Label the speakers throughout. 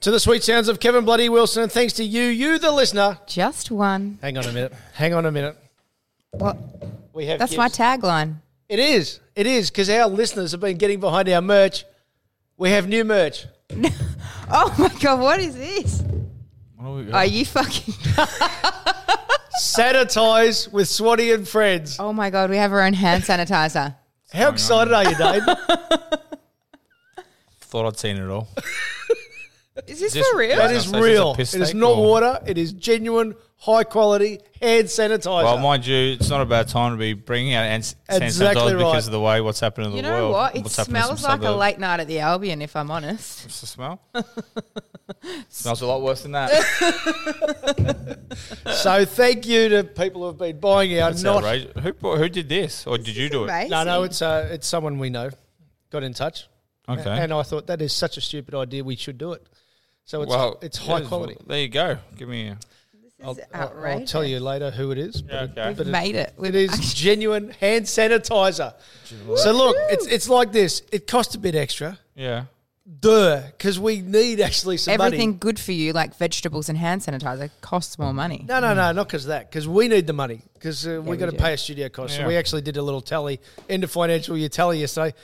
Speaker 1: To the sweet sounds of Kevin Bloody Wilson, and thanks to you, you the listener.
Speaker 2: Just one.
Speaker 1: Hang on a minute. Hang on a minute.
Speaker 2: Well,
Speaker 1: We have
Speaker 2: that's
Speaker 1: gifts.
Speaker 2: my tagline.
Speaker 1: It is. It is because our listeners have been getting behind our merch. We have new merch.
Speaker 2: Oh my god, what is this?
Speaker 3: What
Speaker 1: Oh,
Speaker 3: have we got?
Speaker 2: Are you fucking?
Speaker 1: Sanitize with Swatty and friends.
Speaker 2: Oh my god, we have our own hand sanitizer.
Speaker 1: How excited are you, Dave?
Speaker 3: Thought I'd seen it all.
Speaker 2: Is this
Speaker 3: Just-
Speaker 2: for real?
Speaker 1: that
Speaker 3: Yeah,
Speaker 1: is
Speaker 3: so it's just a
Speaker 1: real. It
Speaker 3: piss
Speaker 1: is
Speaker 3: take
Speaker 1: not
Speaker 3: or-
Speaker 1: water. It is genuine, high quality hand sanitizer.
Speaker 3: Well, mind you, it's not a bad time to be bringing out ans-
Speaker 1: Exactly
Speaker 3: sanitizer
Speaker 1: right.
Speaker 3: because of the way what's happening in
Speaker 2: you
Speaker 3: the
Speaker 2: know
Speaker 3: world.
Speaker 2: what? It
Speaker 3: what's happening in some
Speaker 2: smells like a
Speaker 3: suburbs.
Speaker 2: late night at the Albion. If I'm honest,
Speaker 3: What's the smell? smells a lot worse than that.
Speaker 1: so thank you to people who have been buying our
Speaker 3: That's
Speaker 1: not
Speaker 3: outrageous. Who, bought- who did this? Or did you do it?
Speaker 2: Amazing.
Speaker 1: No, no, it's uh, it's someone we know got in touch,
Speaker 3: Okay.
Speaker 1: and I thought that is such a stupid idea. We should do it. So it's
Speaker 3: well,
Speaker 1: it's high
Speaker 3: yes,
Speaker 1: quality.
Speaker 3: well, there you go. Give me a.
Speaker 1: I'll, I'll, I'll
Speaker 2: outrageous.
Speaker 1: tell you later who it is. But it-
Speaker 3: okay.
Speaker 1: but it-
Speaker 2: made it.
Speaker 1: it
Speaker 2: We've
Speaker 1: is
Speaker 2: actually-
Speaker 1: genuine hand sanitizer. So look, it's it's like this. It costs a bit extra,
Speaker 3: Yeah.
Speaker 1: duh, because we need actually some
Speaker 2: everything
Speaker 1: money.
Speaker 2: good for you, like vegetables and hand sanitizer, costs more money.
Speaker 1: No,
Speaker 3: Hmm.
Speaker 1: no, no, not because that. Because we need the money. Because uh, we
Speaker 2: we
Speaker 1: got to
Speaker 2: do.
Speaker 1: pay a studio cost. So
Speaker 3: Yeah.
Speaker 1: we actually did a little tally end of financial year tally yesterday.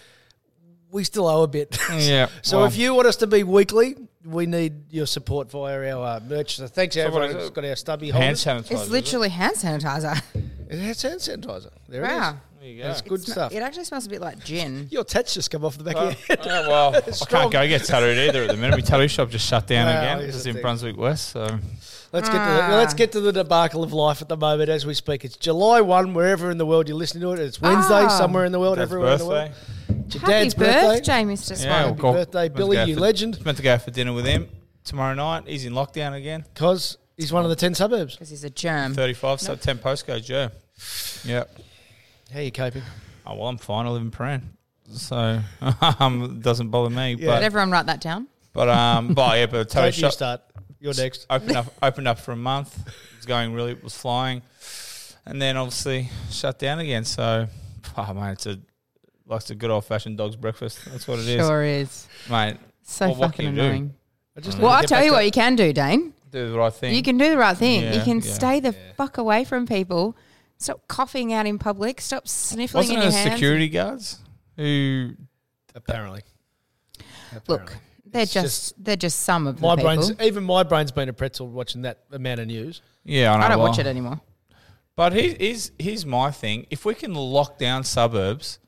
Speaker 1: We still owe a bit.
Speaker 3: Yeah.
Speaker 1: So
Speaker 3: well,
Speaker 1: if you want us to be weekly, we need your support via our uh, merch. So thanks to
Speaker 3: So what
Speaker 1: everyone
Speaker 3: is
Speaker 1: who's
Speaker 3: it?
Speaker 1: got our stubby
Speaker 3: hand
Speaker 1: holders.
Speaker 3: sanitizer. is
Speaker 2: It's
Speaker 3: it?
Speaker 2: literally hand sanitizer.
Speaker 1: It's hand sanitizer. There it
Speaker 2: Wow.
Speaker 1: is.
Speaker 3: There you go.
Speaker 1: That's good
Speaker 2: It sm-
Speaker 1: stuff.
Speaker 2: It actually smells a bit like gin.
Speaker 1: Your tats just come off the back
Speaker 3: Oh,
Speaker 1: of your head.
Speaker 3: yeah, well, I
Speaker 1: Strong.
Speaker 3: can't go get tattooed either at the minute. My tattoo shop just shut down
Speaker 1: Well,
Speaker 3: again.
Speaker 1: here's
Speaker 3: It's
Speaker 1: the
Speaker 3: in
Speaker 1: thing.
Speaker 3: Brunswick West. So
Speaker 1: Let's get to the, let's get to the debacle of life at the moment as we speak. It's July one, wherever in the world you listen to it. It's Wednesday,
Speaker 2: Ah.
Speaker 1: somewhere in the world,
Speaker 3: Dad's
Speaker 1: everywhere in the
Speaker 3: birthday.
Speaker 1: world. It's your
Speaker 2: Happy
Speaker 1: dad's birthday.
Speaker 2: birthday, Mr. Swan.
Speaker 3: Yeah,
Speaker 1: Happy birthday, Billy, you legend.
Speaker 3: Meant to go for dinner with him tomorrow night. He's in lockdown again.
Speaker 1: Because he's one of the ten suburbs.
Speaker 2: Because he's a germ.
Speaker 3: 35, so 10 postcodes, yeah. Yeah.
Speaker 1: How you coping?
Speaker 3: Oh, well, I'm fine. I live in Paran. So um, it doesn't bother me.
Speaker 2: Did
Speaker 3: But,
Speaker 2: everyone write that down?
Speaker 3: but, um, but yeah, but tattoo
Speaker 1: Don't you
Speaker 3: shop
Speaker 1: start. You're next.
Speaker 3: opened up, opened up for a month. It was going really, it was flying. And then obviously shut down again. So, oh, man, it's a, like it's a good old fashioned dog's breakfast. That's what it is,
Speaker 2: Sure is.
Speaker 3: mate.
Speaker 2: So
Speaker 3: Well, what
Speaker 2: fucking
Speaker 3: can you do?
Speaker 2: annoying. Mm.
Speaker 1: I just
Speaker 2: Well,
Speaker 1: need to
Speaker 2: I
Speaker 1: get
Speaker 2: tell
Speaker 1: back
Speaker 2: you
Speaker 1: to-
Speaker 2: what you can do, Dane.
Speaker 3: Do the right thing.
Speaker 2: You can do the right thing. you
Speaker 3: Yeah,
Speaker 2: can
Speaker 3: yeah.
Speaker 2: stay the fuck away from people. Stop coughing out in public. Stop sniffling
Speaker 3: Wasn't
Speaker 2: in
Speaker 3: it
Speaker 2: your hands.
Speaker 3: security guards who
Speaker 1: Apparently.
Speaker 2: Look, they're
Speaker 1: It's
Speaker 2: just,
Speaker 1: just-
Speaker 2: they're just some of
Speaker 1: My
Speaker 2: the
Speaker 1: brain's
Speaker 2: people.
Speaker 1: even my brain's been a pretzel watching that amount of news.
Speaker 3: Yeah, I, know,
Speaker 2: I don't
Speaker 3: well,
Speaker 2: watch it anymore.
Speaker 3: But here's, here's here's my thing: if we can lock down suburbs,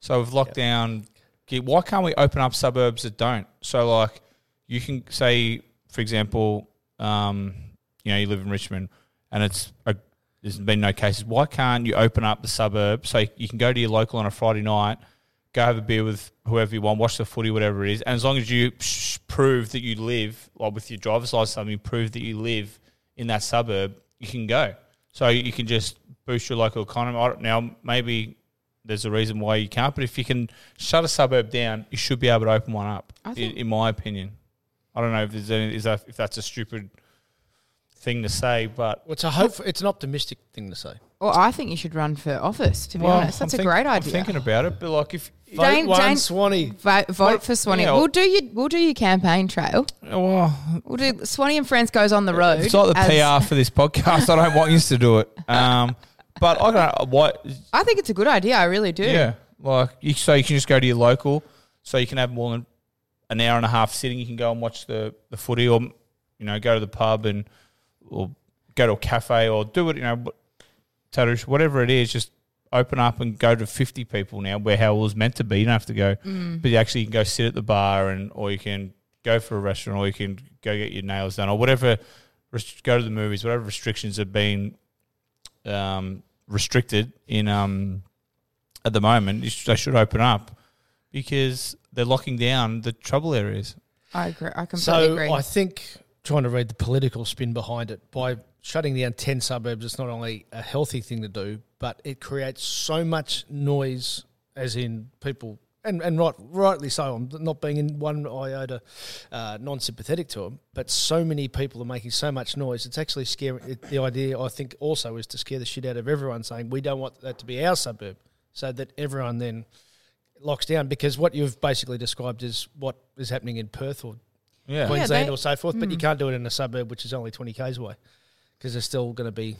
Speaker 3: so we've locked down. Why can't we open up suburbs that don't? So like, you can say, for example, um, you know, you live in Richmond, and it's a, there's been no cases. Why can't you open up the suburb so you can go to your local on a Friday night? Go have a beer with whoever you want, watch the footy, whatever it is, and as long as you sh- prove that you live, like with your driver's license, or something, you prove that you live in that suburb, you can go. So you can just boost your local economy. I don't, now, maybe there's a reason why you can't, but if you can shut a suburb down, you should be able to open one up, i- in, my opinion. I don't know if, there's any, is that, if that's a stupid thing to say, but
Speaker 1: Well, it's a hope. It's an optimistic thing to say.
Speaker 2: Well, I think you should run for office. To be
Speaker 3: Well,
Speaker 2: honest, that's a
Speaker 3: I'm think-
Speaker 2: great idea.
Speaker 3: I'm thinking about it, but like if
Speaker 1: Vote
Speaker 2: Don't-
Speaker 1: one,
Speaker 2: don't-
Speaker 1: Swanee.
Speaker 2: Vote, vote
Speaker 3: Mate,
Speaker 2: for Swanee.
Speaker 3: yeah,
Speaker 2: we'll
Speaker 3: I'll-
Speaker 2: do your we'll do your campaign trail.
Speaker 3: well,
Speaker 2: We'll do Swanee and Friends goes on the road.
Speaker 3: it's like the
Speaker 2: as-
Speaker 3: PR for this podcast. I don't want you to do it. Um, but I don't. What?
Speaker 2: I think it's a good idea. I really do.
Speaker 3: Yeah, like you, so you can just go to your local, so you can have more than an hour and a half sitting. You can go and watch the the footy, or you know, go to the pub and or go to a cafe or do it. You know, wh- Tattoosh, whatever it is, just open up and go to fifty people now, where how it was meant to be. You don't have to go, but you actually can go sit at the bar and or you can go for a restaurant or you can go get your nails done or whatever. rest- Go to the movies, whatever restrictions have been um, restricted in um, at the moment. you sh- They should open up because they're locking down the trouble areas.
Speaker 2: I agree. I completely
Speaker 1: So
Speaker 2: agree.
Speaker 1: I think trying to read the political spin behind it by shutting down 10 suburbs, it's not only a healthy thing to do, but it creates so much noise, as in people, and, and right, rightly so. I'm not being in one iota uh, non sympathetic to them, but so many people are making so much noise. It's actually scary. It, the idea, I think, also is to scare the shit out of everyone, saying we don't want that to be our suburb, so that everyone then locks down because what you've basically described is what is happening in Perth or
Speaker 3: Yeah.
Speaker 1: Queensland
Speaker 2: they- Mm.
Speaker 1: or so forth, but you can't do it in a suburb which is only 20 k's away because there's still going to be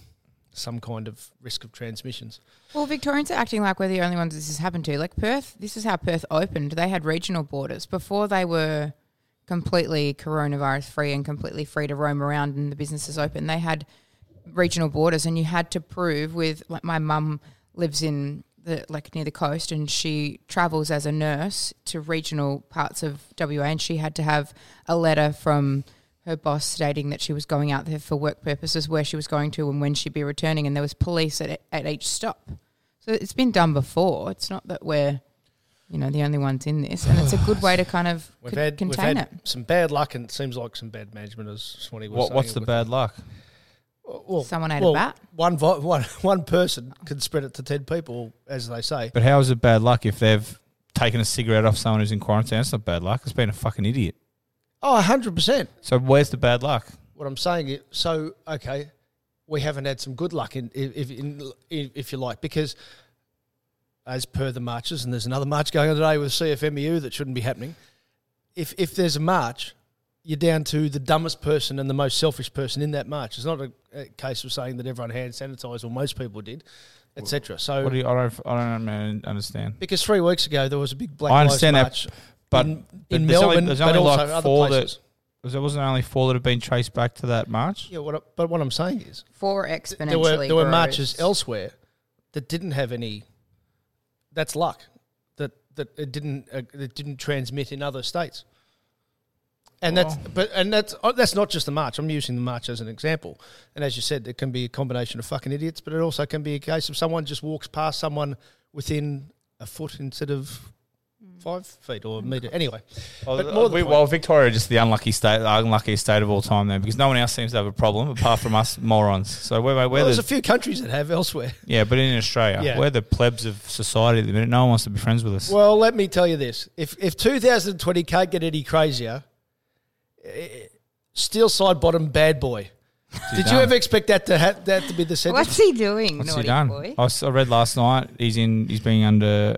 Speaker 1: some kind of risk of transmissions.
Speaker 2: well, Victorians are acting like we're the only ones this has happened to. Like Perth, this is how Perth opened. They had regional borders before they were completely coronavirus free and completely free to roam around and the businesses open. They had regional borders, and you had to prove with like my mum lives in the like near the coast, and she travels as a nurse to regional parts of WA, and she had to have a letter from her boss stating that she was going out there for work purposes, where she was going to, and when she'd be returning, and there was police at at each stop. So it's been done before. It's not that we're you know the only ones in this, and it's a good way to kind of
Speaker 1: We've
Speaker 2: c-
Speaker 1: had, we've
Speaker 2: contain
Speaker 1: had
Speaker 2: it.
Speaker 1: some bad luck and it seems like some bad management as Swanee was
Speaker 3: What,
Speaker 1: saying.
Speaker 3: what's the bad luck?
Speaker 1: Well,
Speaker 2: Someone ate a
Speaker 1: well,
Speaker 2: bat?
Speaker 1: One, vi- one, one person can spread it to 10 people, as they say.
Speaker 3: But how is it bad luck if they've taken a cigarette off someone who's in quarantine? That's not bad luck. It's been a fucking idiot.
Speaker 1: Oh, 100%.
Speaker 3: So where's the bad luck?
Speaker 1: What I'm saying is, so, okay, we haven't had some good luck, in, if, in, if, if you like, because as per the marches, and there's another march going on today with CFMEU that shouldn't be happening. If if there's a march, you're down to the dumbest person and the most selfish person in that march. It's not a, a case of saying that everyone hand sanitised or most people did, etc. So
Speaker 3: What do you, I don't I don't man, understand.
Speaker 1: because three weeks ago there was a big black
Speaker 3: I understand that,
Speaker 1: lives march
Speaker 3: But
Speaker 1: in,
Speaker 3: but
Speaker 1: in
Speaker 3: there's
Speaker 1: Melbourne,
Speaker 3: only, there's
Speaker 1: but
Speaker 3: only
Speaker 1: also
Speaker 3: like
Speaker 1: other
Speaker 3: four
Speaker 1: places.
Speaker 3: that there wasn't only four that have been traced back to that march.
Speaker 1: yeah, what, I- but what I'm saying is
Speaker 2: Four exponentially.
Speaker 1: there were there were
Speaker 2: grows.
Speaker 1: marches elsewhere that didn't have any. That's luck that that it didn't uh, it didn't transmit in other states. And that's but and that's oh, that's not just the march. I'm using the march as an example. And as you said, it can be a combination of fucking idiots, but it also can be a case of someone just walks past someone within a foot instead of five feet or a meter. Anyway, but more
Speaker 3: Well,
Speaker 1: the
Speaker 3: Oh, we,
Speaker 1: point-
Speaker 3: well, Victoria are just the unlucky state, the unluckiest state of all time, then, because no one else seems to have a problem apart from us morons. So we're, we're
Speaker 1: well,
Speaker 3: the,
Speaker 1: there's a few countries that have elsewhere.
Speaker 3: Yeah, but in Australia,
Speaker 1: Yeah.
Speaker 3: we're the plebs of society at the minute. No one wants to be friends with us.
Speaker 1: Well, let me tell you this: if if 2020 can't get any crazier, eh, steel side bottom bad boy. Did you
Speaker 3: done.
Speaker 1: ever expect that to ha- that to be the sentence?
Speaker 2: What's he doing,
Speaker 3: What's
Speaker 2: naughty
Speaker 3: he done?
Speaker 2: boy?
Speaker 1: Oh.
Speaker 3: I, s- I read last night. He's in. He's being under.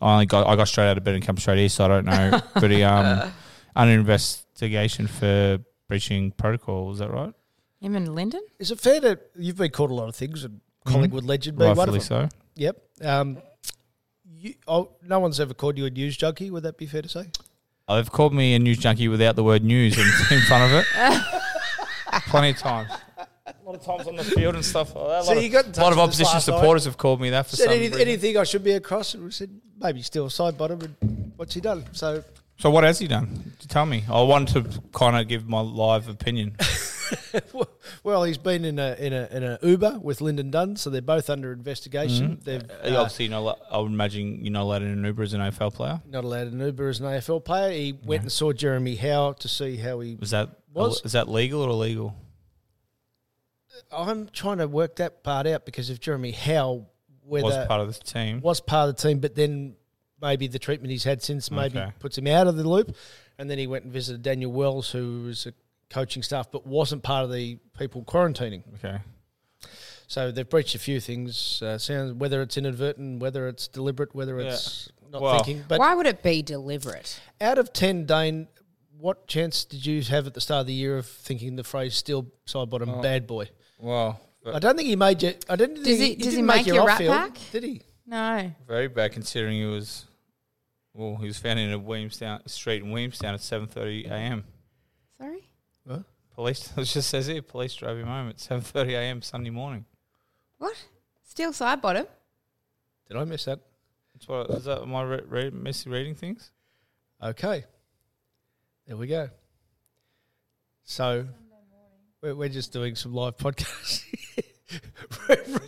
Speaker 3: I only got. I got straight out of bed and come straight here, so I don't know. but he um under investigation for breaching protocol. Is that right?
Speaker 2: Him and Lyndon?
Speaker 1: Is it fair that you've been called a lot of things, and Collingwood legend being one of
Speaker 3: Mm-hmm. Rightfully
Speaker 1: them?
Speaker 3: so.
Speaker 1: Yep. Um, you, oh, no one's ever called you a news junkie. Would that be fair to say?
Speaker 3: They've called me a news junkie without the word news in, in front of it. Plenty of times. A lot of times on the field and stuff like that. A
Speaker 1: So
Speaker 3: lot
Speaker 1: you got in
Speaker 3: of,
Speaker 1: touch
Speaker 3: lot of
Speaker 1: with us
Speaker 3: opposition
Speaker 1: last night.
Speaker 3: supporters have called me that for
Speaker 1: Said
Speaker 3: some
Speaker 1: any,
Speaker 3: reason.
Speaker 1: anything I should be across, and we said maybe steel side bottom. And what's he done? So
Speaker 3: So what has he done? Tell me. I wanted to kind of give my live opinion.
Speaker 1: Well, he's been in a in a in a Uber with Lyndon Dunn, so they're both under investigation. They've
Speaker 3: He
Speaker 1: uh,
Speaker 3: obviously, not, allo- I would imagine you're not allowed in an Uber as an AFL player.
Speaker 1: not allowed an Uber as an AFL player. He went and saw Jeremy Howe to see how he.
Speaker 3: Was that
Speaker 1: Was-
Speaker 3: is that legal or illegal?
Speaker 1: I'm trying to work that part out because if Jeremy Howe whether
Speaker 3: was part of the team.
Speaker 1: was part of the team, but then maybe the treatment he's had since maybe
Speaker 3: Okay.
Speaker 1: puts him out of the loop, and then he went and visited Daniel Wells, who was a coaching staff, but wasn't part of the people quarantining.
Speaker 3: Okay.
Speaker 1: So they've breached a few things. Uh, sounds whether it's inadvertent, whether it's deliberate, whether
Speaker 3: Yeah.
Speaker 1: it's not
Speaker 3: Well-
Speaker 1: thinking. But
Speaker 2: Why would it be deliberate?
Speaker 1: out of ten, Dane, what chance did you have at the start of the year of thinking the phrase "still side bottom bad boy"?
Speaker 3: Well,
Speaker 1: I don't think he made you. I didn't. think
Speaker 2: Does he-
Speaker 1: he,
Speaker 2: does he
Speaker 1: didn't
Speaker 2: make
Speaker 1: your
Speaker 2: you
Speaker 1: off
Speaker 2: rat
Speaker 1: field,
Speaker 2: pack?
Speaker 1: Did he?
Speaker 2: No.
Speaker 3: very bad considering he was. Well, he was found in a Williamstown street in Williamstown at 7:30 a.m.
Speaker 2: Sorry?
Speaker 3: Police. It just says here, police drove him home at 7:30 a.m. Sunday morning.
Speaker 2: What? Steel side bottom?
Speaker 1: Did I miss that?
Speaker 3: That's what is that? My re- re- messy reading things.
Speaker 1: Okay. There we go. So we're, we're just doing some live podcast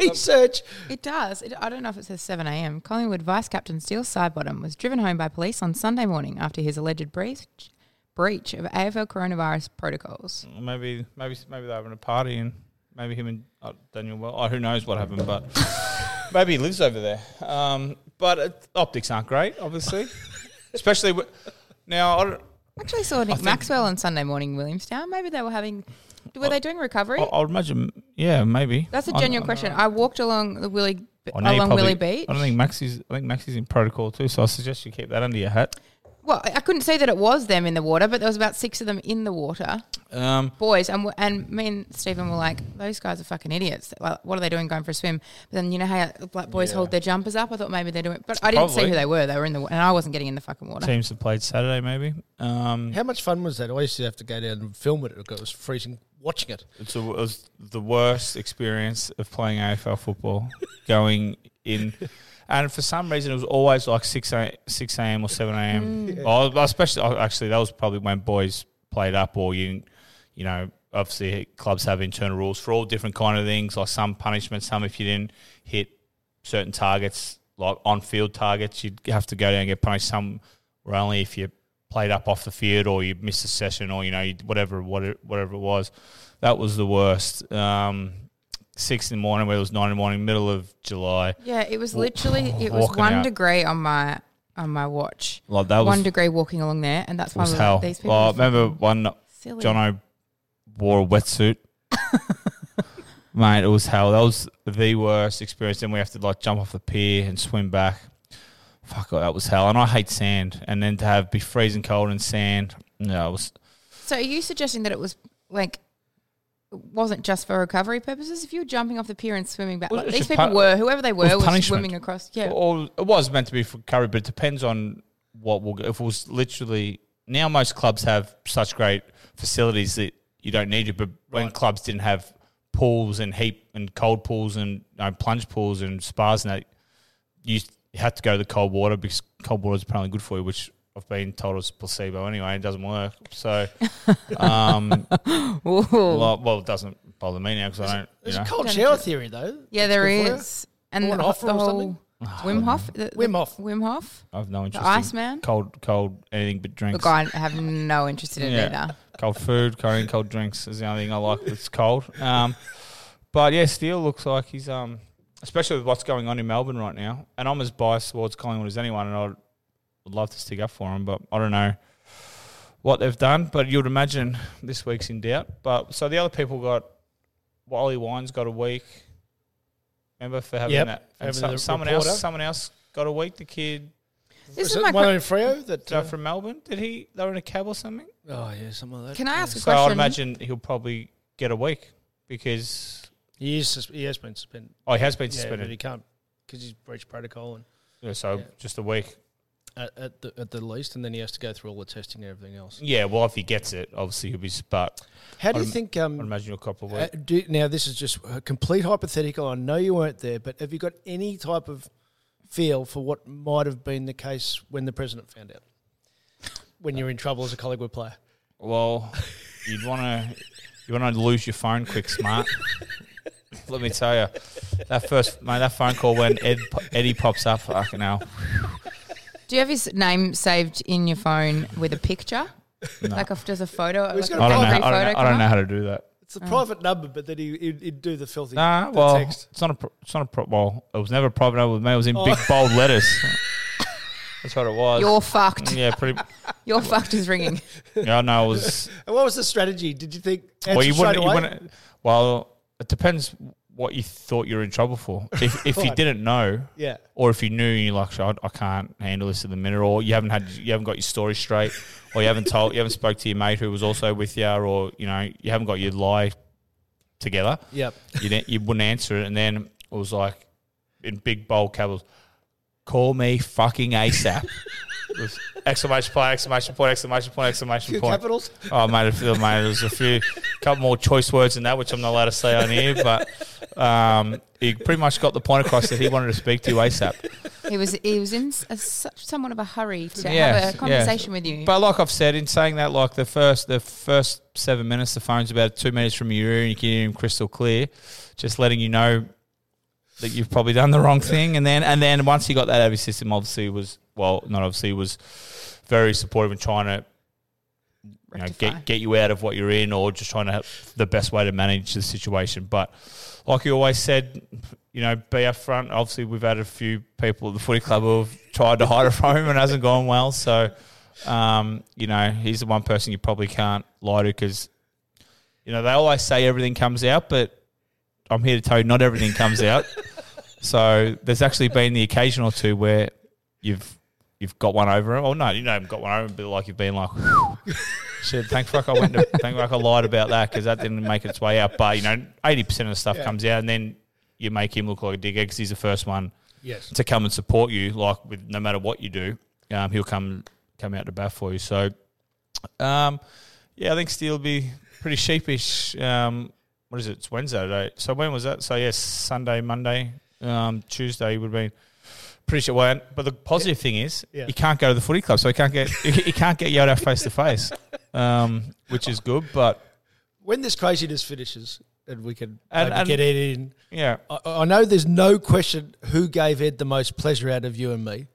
Speaker 1: research.
Speaker 2: It does. It, I don't know if it says 7 a.m. Collingwood Vice Captain Steele Sidebottom was driven home by police on Sunday morning after his alleged breach, breach of AFL coronavirus protocols.
Speaker 3: Or Maybe, maybe, maybe they're having a party and maybe him and uh, Daniel. Well, oh, who knows what happened, but maybe he lives over there. Um, but it, optics aren't great, obviously, especially w- now. I don't,
Speaker 2: Actually, saw Nick Maxwell on Sunday morning, in Williamstown. Maybe they were having.
Speaker 1: Oh.
Speaker 2: Were they doing recovery?
Speaker 3: I, I would imagine, yeah, maybe.
Speaker 2: That's a
Speaker 3: I-
Speaker 2: genuine
Speaker 3: I-
Speaker 2: question. I walked along the Willie
Speaker 1: Oh,
Speaker 3: I know you
Speaker 2: along
Speaker 3: probably-
Speaker 2: Willie Beach.
Speaker 3: I don't think Maxi's. I think Maxi's in protocol too, so I suggest you keep that under your hat.
Speaker 2: well, I couldn't see that it was them in the water, but there was about six of them in the water.
Speaker 3: Um,
Speaker 2: boys, and w- and me and Stephen were like, those guys are fucking idiots. Like, what are they doing going for a swim? But then you know how black boys hold their jumpers up. I thought maybe they're doing, but I didn't see
Speaker 3: Probably.
Speaker 2: who they were. They were in the wa- and I wasn't getting in the fucking water.
Speaker 3: teams have played Saturday, maybe. Um,
Speaker 1: How much fun was that? I used to have to go down and film it because it was freezing watching it.
Speaker 3: It's a, it was the worst experience of playing AFL football. going in, and for some reason, it was always like six a, six a.m. or seven a.m. Oh, well, especially oh, actually, that was probably when boys played up, or you, you know, obviously clubs have internal rules for all different kind of things, like some punishment, some if you didn't hit certain targets, like on field targets, you'd have to go down and get punished. Some were only if you played up off the field or you missed a session or, you know, you, whatever, whatever, whatever it was. That was the worst. Um, six in the morning, where it was nine in the morning, middle of July.
Speaker 2: Yeah, it was
Speaker 3: Wa-
Speaker 2: literally it was
Speaker 3: walking
Speaker 2: one
Speaker 3: out.
Speaker 2: degree on my on my watch.
Speaker 3: Like that
Speaker 2: one
Speaker 3: was,
Speaker 2: degree walking along there, and that's why
Speaker 3: was
Speaker 2: we were
Speaker 3: hell. Oh,
Speaker 2: like, these people.
Speaker 3: Well, I
Speaker 2: are
Speaker 3: remember
Speaker 2: fucking
Speaker 3: one
Speaker 2: silly.
Speaker 3: Jono wore a wetsuit. Mate, it was hell. That was the worst experience. Then we have to like jump off the pier and swim back. Fuck, oh, that was hell. And I hate sand. And then to have be freezing cold in sand. No, it was.
Speaker 2: So are you suggesting that it was like? it Wasn't just for recovery purposes. If you were jumping off the pier and swimming back,
Speaker 3: Well,
Speaker 2: like,
Speaker 3: it's
Speaker 2: these
Speaker 3: just
Speaker 2: people
Speaker 3: pu-
Speaker 2: were, whoever they were,
Speaker 3: was
Speaker 2: was,
Speaker 3: punishment.
Speaker 2: swimming across. Yeah,
Speaker 3: Or it was meant to be for curry, but it depends on what will. If it was literally now, most clubs have such great facilities that you don't need it. But when clubs didn't have pools and heat and cold pools and you know, plunge pools and spas and that, you s- had to go to the cold water because cold water is apparently good for you, which I've been told is placebo anyway. It doesn't work. So, um, well, well, it doesn't bother me now because I don't. You
Speaker 1: There's
Speaker 3: know.
Speaker 1: a cold
Speaker 2: Don't
Speaker 1: shower
Speaker 2: do it.
Speaker 1: theory though.
Speaker 2: Yeah, there
Speaker 1: Before that.
Speaker 2: is. And
Speaker 1: Or
Speaker 2: the,
Speaker 1: an offer
Speaker 2: the
Speaker 1: or
Speaker 2: whole
Speaker 1: something?
Speaker 2: Wim
Speaker 3: Ah.
Speaker 2: Hof. the- the-
Speaker 1: Wim Hof.
Speaker 2: Wim Hof.
Speaker 3: I've no interest.
Speaker 2: Iceman?
Speaker 3: In cold, cold, anything but drinks.
Speaker 2: Look, I have no interest in it either.
Speaker 3: Cold food, cold, cold drinks is the only thing I like that's cold. Um, but yeah, Steele looks like he's, um, especially with what's going on in Melbourne right now. And I'm as biased towards Collingwood as anyone, and I would love to stick up for him, but I don't know what they've done. But you'd imagine this week's in doubt. But so the other people got Wally Wine's got a week. Remember for having
Speaker 1: Yep,
Speaker 3: that,
Speaker 1: having
Speaker 3: and so,
Speaker 1: the
Speaker 3: someone
Speaker 1: reporter.
Speaker 3: else, someone else got a week. The kid
Speaker 2: This
Speaker 1: Was
Speaker 2: is
Speaker 1: it
Speaker 2: my
Speaker 1: one
Speaker 2: que-
Speaker 1: in Freo that.
Speaker 3: uh,
Speaker 1: Uh,
Speaker 3: from Melbourne, did he? They were in a cab or something.
Speaker 1: oh yeah, something like that.
Speaker 2: Can I ask a
Speaker 3: So I'd
Speaker 2: question?
Speaker 3: imagine he'll probably get a week because
Speaker 1: He is. sus- He has been suspended.
Speaker 3: oh, he has been
Speaker 1: Yeah, but he
Speaker 3: suspended.
Speaker 1: can't because he's breached protocol and
Speaker 3: Yeah, so
Speaker 1: yeah.
Speaker 3: just a week.
Speaker 1: at, at the at the least, and then he has to go through all the testing and everything else.
Speaker 3: Yeah, well, if he gets it, obviously he'll be. s- But
Speaker 1: How do
Speaker 3: I'd
Speaker 1: you
Speaker 3: im-
Speaker 1: think?
Speaker 3: I'd
Speaker 1: Um,
Speaker 3: imagine he'll cop a week.
Speaker 1: uh, do, now this is just a complete hypothetical. I know you weren't there, but have you got any type of feel for what might have been the case when the president found out? When you're in trouble as a Collingwood player,
Speaker 3: Uh, well, you'd want to you want to lose your phone quick, smart. Let me tell you, that first mate, that phone call when Ed Eddie pops up, fucking hell.
Speaker 2: Do you have his name saved in your phone with a picture? Like if there's a photo,
Speaker 1: Well, he's
Speaker 2: like
Speaker 1: got
Speaker 2: a
Speaker 1: a
Speaker 3: I don't know.
Speaker 2: recovery
Speaker 3: I
Speaker 1: Every
Speaker 2: photo.
Speaker 3: don't know, I
Speaker 2: come
Speaker 3: don't know
Speaker 2: up?
Speaker 3: how to do that.
Speaker 1: it's a private number, but then he he'd, he'd do the filthy
Speaker 3: Nah,
Speaker 1: the
Speaker 3: well,
Speaker 1: text.
Speaker 3: it's not a. pro- It's not a. pro- Well, it was never a problem with me. It was in big bold letters. That's what it was.
Speaker 2: You're fucked.
Speaker 3: yeah, pretty.
Speaker 2: Your fucked is ringing.
Speaker 3: Yeah, I know. It was
Speaker 1: And what was the strategy? Did you think?
Speaker 3: well.
Speaker 1: answer
Speaker 3: You
Speaker 1: straight
Speaker 3: wouldn't, you
Speaker 1: away?
Speaker 3: wouldn't. Well, it depends what you thought you were in trouble for. If if you
Speaker 1: Right.
Speaker 3: didn't know,
Speaker 1: Yeah.
Speaker 3: or if you knew and you're like, "Shit, I, I can't handle this at the minute, or you haven't had, you haven't got your story straight, or you haven't told, you haven't spoke to your mate who was also with you, or you know, you haven't got your lie together.
Speaker 1: Yep.
Speaker 3: you didn't, you wouldn't answer it, and then it was like in big bold capitals, "Call me fucking ASAP." It was exclamation point! Exclamation point! Exclamation point! Exclamation point!
Speaker 1: capitals?
Speaker 3: Oh, mate, I feel, mate, there's a few, couple more choice words than that, which I'm not allowed to say on here, but um, he pretty much got the point across that he wanted to speak to you ASAP.
Speaker 2: He was he was in s- a, such somewhat of a hurry to
Speaker 3: Yes,
Speaker 2: have a conversation with you.
Speaker 3: But like I've said, in saying that, like the first the first seven minutes, the phone's about two meters from your ear and you can hear him crystal clear, just letting you know that you've probably done the wrong thing. And then and then once you got that out of your system, obviously was well, not obviously was very supportive and trying to you know,
Speaker 2: Rectify.
Speaker 3: get get you out of what you're in, or just trying to help the best way to manage the situation. But like you always said, you know, be upfront. Obviously, we've had a few people at the footy club who have tried to hide it from him and it hasn't gone well. So, um, you know, he's the one person you probably can't lie to because, you know, they always say everything comes out, but I'm here to tell you not everything comes out. So there's actually been the occasion or two where you've you've got one over him. Oh no, you know, got one over him, but like you've been like, shit. Thank fuck I went. To, thank fuck I lied about that because that didn't make its way out. But you know, eighty percent of the stuff comes out, and then you make him look like a dickhead because he's the first one
Speaker 1: Yes.
Speaker 3: to come and support you. Like with no matter what you do, um, he'll come come out to bat for you. So, um, yeah, I think Steele will be pretty sheepish. Um, what is it? It's Wednesday today. So when was that? So yes, Sunday, Monday, um, Tuesday would have been pretty sure. Well, but the positive thing is
Speaker 1: Yeah.
Speaker 3: you can't go to the footy club, so you can't get you, you can't get yelled at face to face, um, which is good. But
Speaker 1: When this craziness finishes and we can
Speaker 3: And-
Speaker 1: maybe
Speaker 3: and-
Speaker 1: get Ed in,
Speaker 3: yeah,
Speaker 1: I, I know there's no question who gave Ed the most pleasure out of you and me,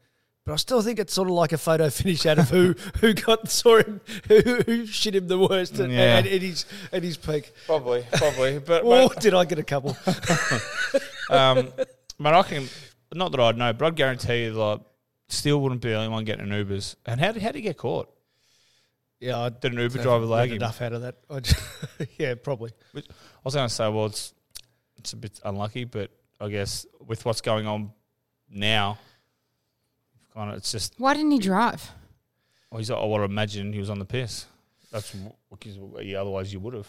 Speaker 1: but I still think it's sort of like a photo finish out of who who got saw him who, who shit him the worst at,
Speaker 3: Yeah.
Speaker 1: at, at his at his peak.
Speaker 3: probably, probably. But
Speaker 1: Oh, did I get a couple?
Speaker 3: um, but I can, not that I'd know, but I'd guarantee you, like, Steele wouldn't be the only one getting an Ubers. And how did, how did he get caught?
Speaker 1: yeah, I
Speaker 3: Did an Uber
Speaker 1: don't
Speaker 3: driver
Speaker 1: get
Speaker 3: lag him?
Speaker 1: enough out of that. I just, yeah, probably.
Speaker 3: Which- I was going to say, well, it's, it's a bit unlucky, but I guess with what's going on now, kind of, it's just,
Speaker 2: Why didn't he drive?
Speaker 3: well, he's, I would imagine he was on the piss. That's, because yeah, otherwise you would have.